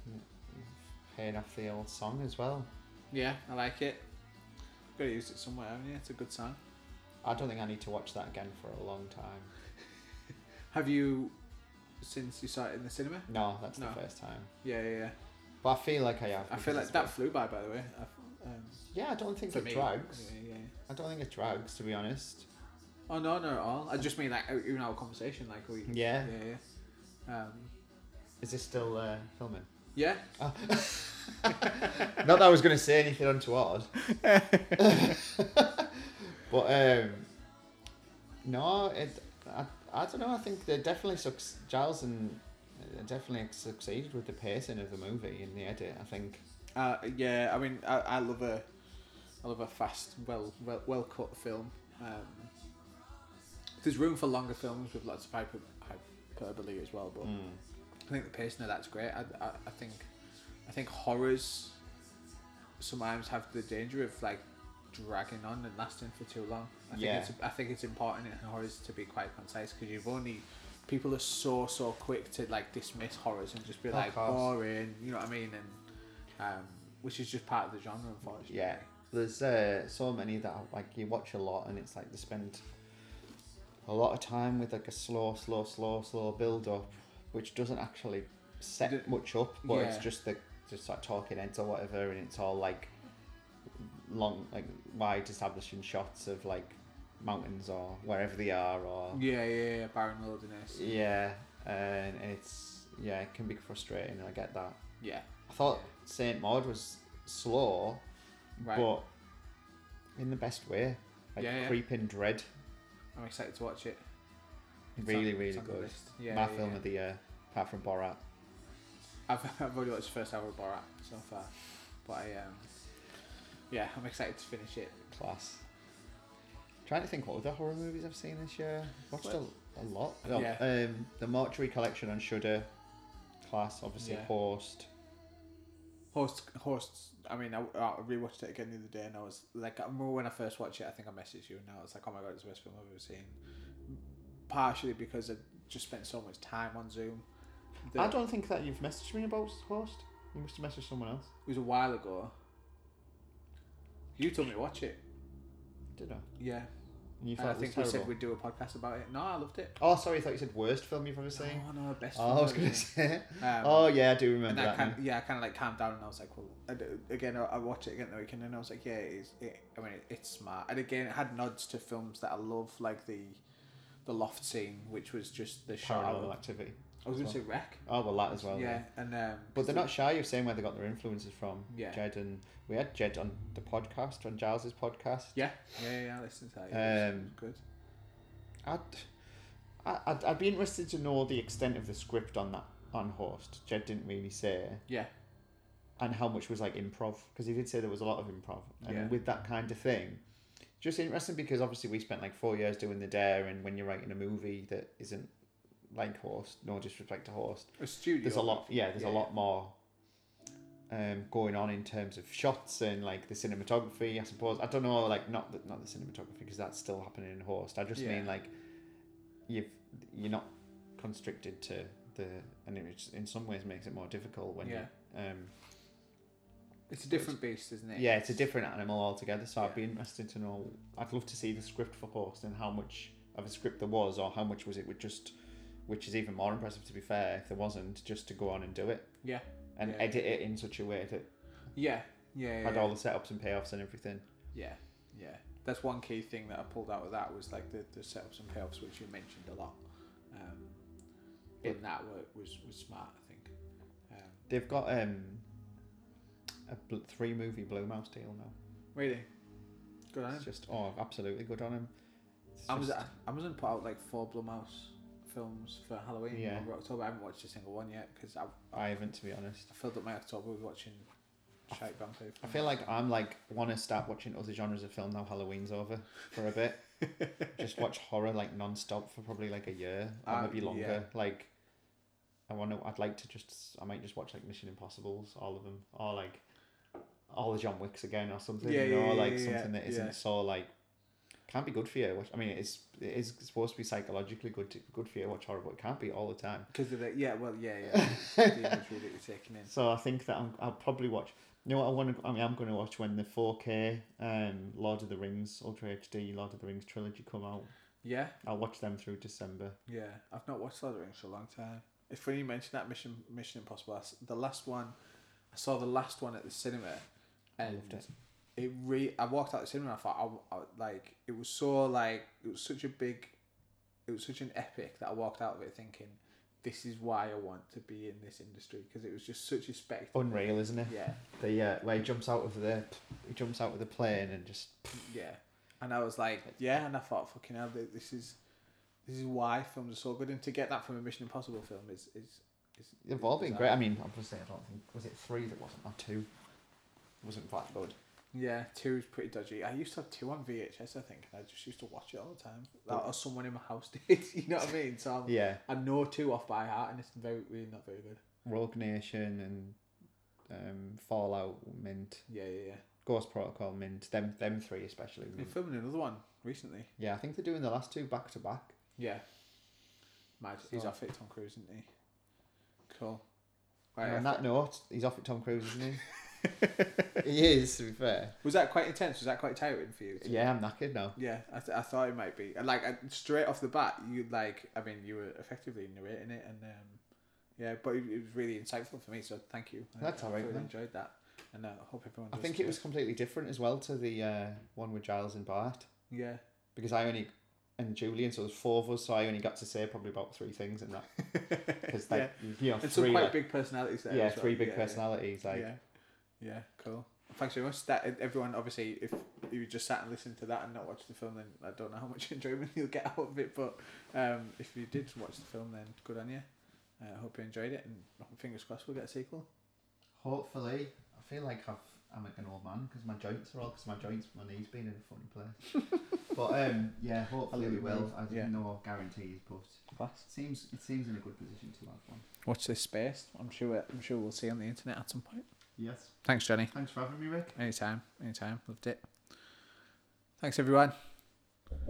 Yeah, Paying Mm, off the old song as well. Yeah, I like it. Got to use it somewhere, haven't you? It's a good song. I don't think I need to watch that again for a long time. Have you since you saw it in the cinema? No, that's No. the first time. Yeah, yeah. yeah. But I feel like I have. I because feel like it's that worth- flew by, by the way. I, um, Yeah, I don't think for it me. drags. Yeah, yeah. I don't think it drags, to be honest. Oh no, no, at all. I just mean like out- in our conversation, like we. Yeah. Yeah, yeah. Um, Is this still uh, filming? yeah. Oh. Not that I was going to say anything untoward. but um, no, it, I, I don't know. I think they definitely suc- Giles and uh, definitely succeeded with the pacing of the movie and the edit. I think Uh, yeah, I mean, I, I love a, I love a fast, well, well, well cut film. Um, there's room for longer films with lots of hyper, hyperbole as well, but Mm. I think the pacing of that's great. I, I, I think, I think horrors sometimes have the danger of like dragging on and lasting for too long. I think Yeah. it's, I think it's important in horrors to be quite concise because you've only people are so so quick to like dismiss horrors and just be Of like course. boring. You know what I mean? And um, which is just part of the genre, unfortunately. Yeah. there's uh, so many that I- like you watch a lot and it's like they spend a lot of time with like a slow, slow, slow, slow build up, which doesn't actually set Don't- much up, but it's Yeah. just the just like talking heads or whatever, and it's all like long, like wide establishing shots of like mountains or wherever they are, or Yeah, yeah, yeah. Barren wilderness. yeah, and, and it's yeah, it can be frustrating, and I get that. Yeah, I thought Saint Maud was slow, right. but in the best way. Like Yeah, yeah. creeping dread, I'm excited to watch it. It's on- really, it's really on the good. list. Yeah, My yeah, film yeah. of the year, apart from Borat. I've, I've already watched the first hour of Borat so far, but I um, yeah, I'm excited to finish it. Class. Trying to think what other horror movies I've seen this year. Watched a, a lot. Oh, Yeah. Um, the Mortuary Collection on Shudder. Class, obviously. Yeah. Host. Host, host. I mean, I, I rewatched it again the other day, and I was like, I remember when I first watched it. I think I messaged you, and I was like, oh my god, it's the best film I've ever seen. Partially because I just spent so much time on Zoom. The- I don't think that you've messaged me about Host. You must have messaged someone else. It was a while ago. You told me to watch it. Did I? Yeah, And you and thought I it was think we said terrible. we'd do a podcast about it. No, I loved it. Oh, sorry. I thought you said worst film you've ever seen. Oh no, best. oh, film I was I've going ever to seen. say. Um, oh, yeah, I do remember and that. that kind now. yeah, I kind of like calmed down, and I was like, well, I d again, I, I watched it again the weekend, and I was like, yeah, it is, it, I mean, it, it's smart, and again, it had nods to films that I love, like the the loft scene, which was just the Paranormal shower. activity. I was gonna as say wreck, Oh well, that as well. yeah, Yeah. and um, But they're not shy of saying where they got their influences from. Yeah. Jed and we had Jed on the podcast on Giles's podcast. yeah, yeah, yeah, yeah, I listened to that. Yeah, it was- Um, it was good. I'd, I- I'd I'd be interested to know the extent of the script on that on host. Jed didn't really say, Yeah, and how much was like improv because he did say there was a lot of improv. And Yeah. with that kind of thing, just interesting because obviously we spent like four years doing the dare, and when you're writing a movie that isn't like host, no disrespect to host, a studio. there's a lot yeah there's Yeah, a yeah. lot more um, going on in terms of shots and like the cinematography i suppose i don't know like not the, not the cinematography because that's still happening in host i just Yeah. mean like you've you're not constricted to the and it just in some ways makes it more difficult when Yeah. you um It's a different beast, isn't it? yeah it's a different animal altogether so i'd Yeah. be interested to know i'd love to see the script for host and how much of a script there was or how much was it with just which is even more impressive to be fair if there wasn't just to go on and do it yeah, and Yeah. edit it in such a way that yeah, yeah. yeah, had yeah. all the setups and payoffs and everything. Yeah, yeah. That's one key thing that I pulled out of that was like the, the setups and payoffs, which you mentioned a lot. Um, but It- that work was, was smart, I think. Um, They've got um, a bl- three movie Blue Mouse deal now. really, good on It's him. just oh, absolutely good on him. It's Amazon, just- Amazon put out like four Blumhouse films for Halloween Yeah. over October. I haven't watched a single one yet because I, I I haven't to be honest. filled up my October with watching Shite Vampire. I films. feel like I'm like want to start watching other genres of film now. Halloween's over for a bit. just watch horror like non-stop for probably like a year or Uh, maybe longer. Like I want to. I'd like to just. I might just watch like Mission Impossible's, all of them, or like all the John Wicks again or something. Yeah, you know, yeah, like yeah, yeah, something that isn't yeah. so like can't be good for you. Which I mean, it's it is supposed to be psychologically good to, good for you to watch horror, but it can't be all the time. Because of the yeah, well, yeah, yeah, the imagery that you're taking in. So I think that I'm, I'll probably watch. You know what I want to? I mean, I'm going to watch when the 4K um, Lord of the Rings Ultra HD Lord of the Rings trilogy come out. Yeah, I'll watch them through December. yeah. I've not watched Lord of the Rings for a long time. It's funny you mentioned that Mission Mission Impossible. I s- The last one, I saw the last one at the cinema, and Loved it. it re I walked out the cinema and I thought I, I like it was so like it was such a big it was such an epic that I walked out of it thinking this is why I want to be in this industry because it was just such a spectacle Unreal, isn't it? yeah The uh, where he jumps out of the he jumps out of the plane and just yeah and I was like yeah and I thought fucking hell th- this is this is why films are so good and to get that from a Mission Impossible film is is, is they've all been bizarre. great. I mean, obviously, I don't think was it three that wasn't or two wasn't that good. yeah two is pretty dodgy I used to have two on VHS I think and I just used to watch it all the time Like, or someone in my house did you know what I mean so I'm, Yeah, I know two off by heart, and it's very really not very good. Rogue Nation and um, Fallout Mint, Yeah, yeah, yeah. Ghost Protocol Mint. Them them three especially. They're Mint. filming another one recently. Yeah, I think they're doing the last two back to back. Yeah. Mad. He's So- off it, Tom Cruise, isn't he? Cool. And Right, uh, on I- that note, he's off at Tom Cruise, isn't he? he is, to be fair. was that quite intense? Was that quite tiring for you? to- Yeah, I'm knackered now. Yeah, I, th- I thought it might be. And, Like I, straight off the bat, you like. I mean, you were effectively narrating it, and um, yeah, but it, it was really insightful for me. So thank you. I- That's I, all right, really man. enjoyed that, and uh, I hope everyone. I does think too. it was completely different as well to the uh, one with Giles and Bart Yeah. because I only and Julian, so there's four of us, so I only got to say probably about three things in that because yeah. you know And some three quite like- big personalities there. yeah as well. three big yeah, yeah. personalities like yeah, yeah, cool. Thanks very much. That everyone, obviously, if you just sat and listened to that and not watched the film, then I don't know how much enjoyment you'll get out of it. But um, if you did watch the film, then good on you. I uh, hope you enjoyed it, and fingers crossed we'll get a sequel. hopefully I feel like I've I'm like an old man because my joints are all because my joints my knees been in a funny place but um yeah hopefully we will I Yeah. no guarantees but Class. it seems it seems in a good position to have one Watch this space. I'm sure. I'm sure we'll see on the internet at some point. yes Thanks, Johnny. thanks for having me Rick Anytime. Anytime. Loved it. Thanks, everyone.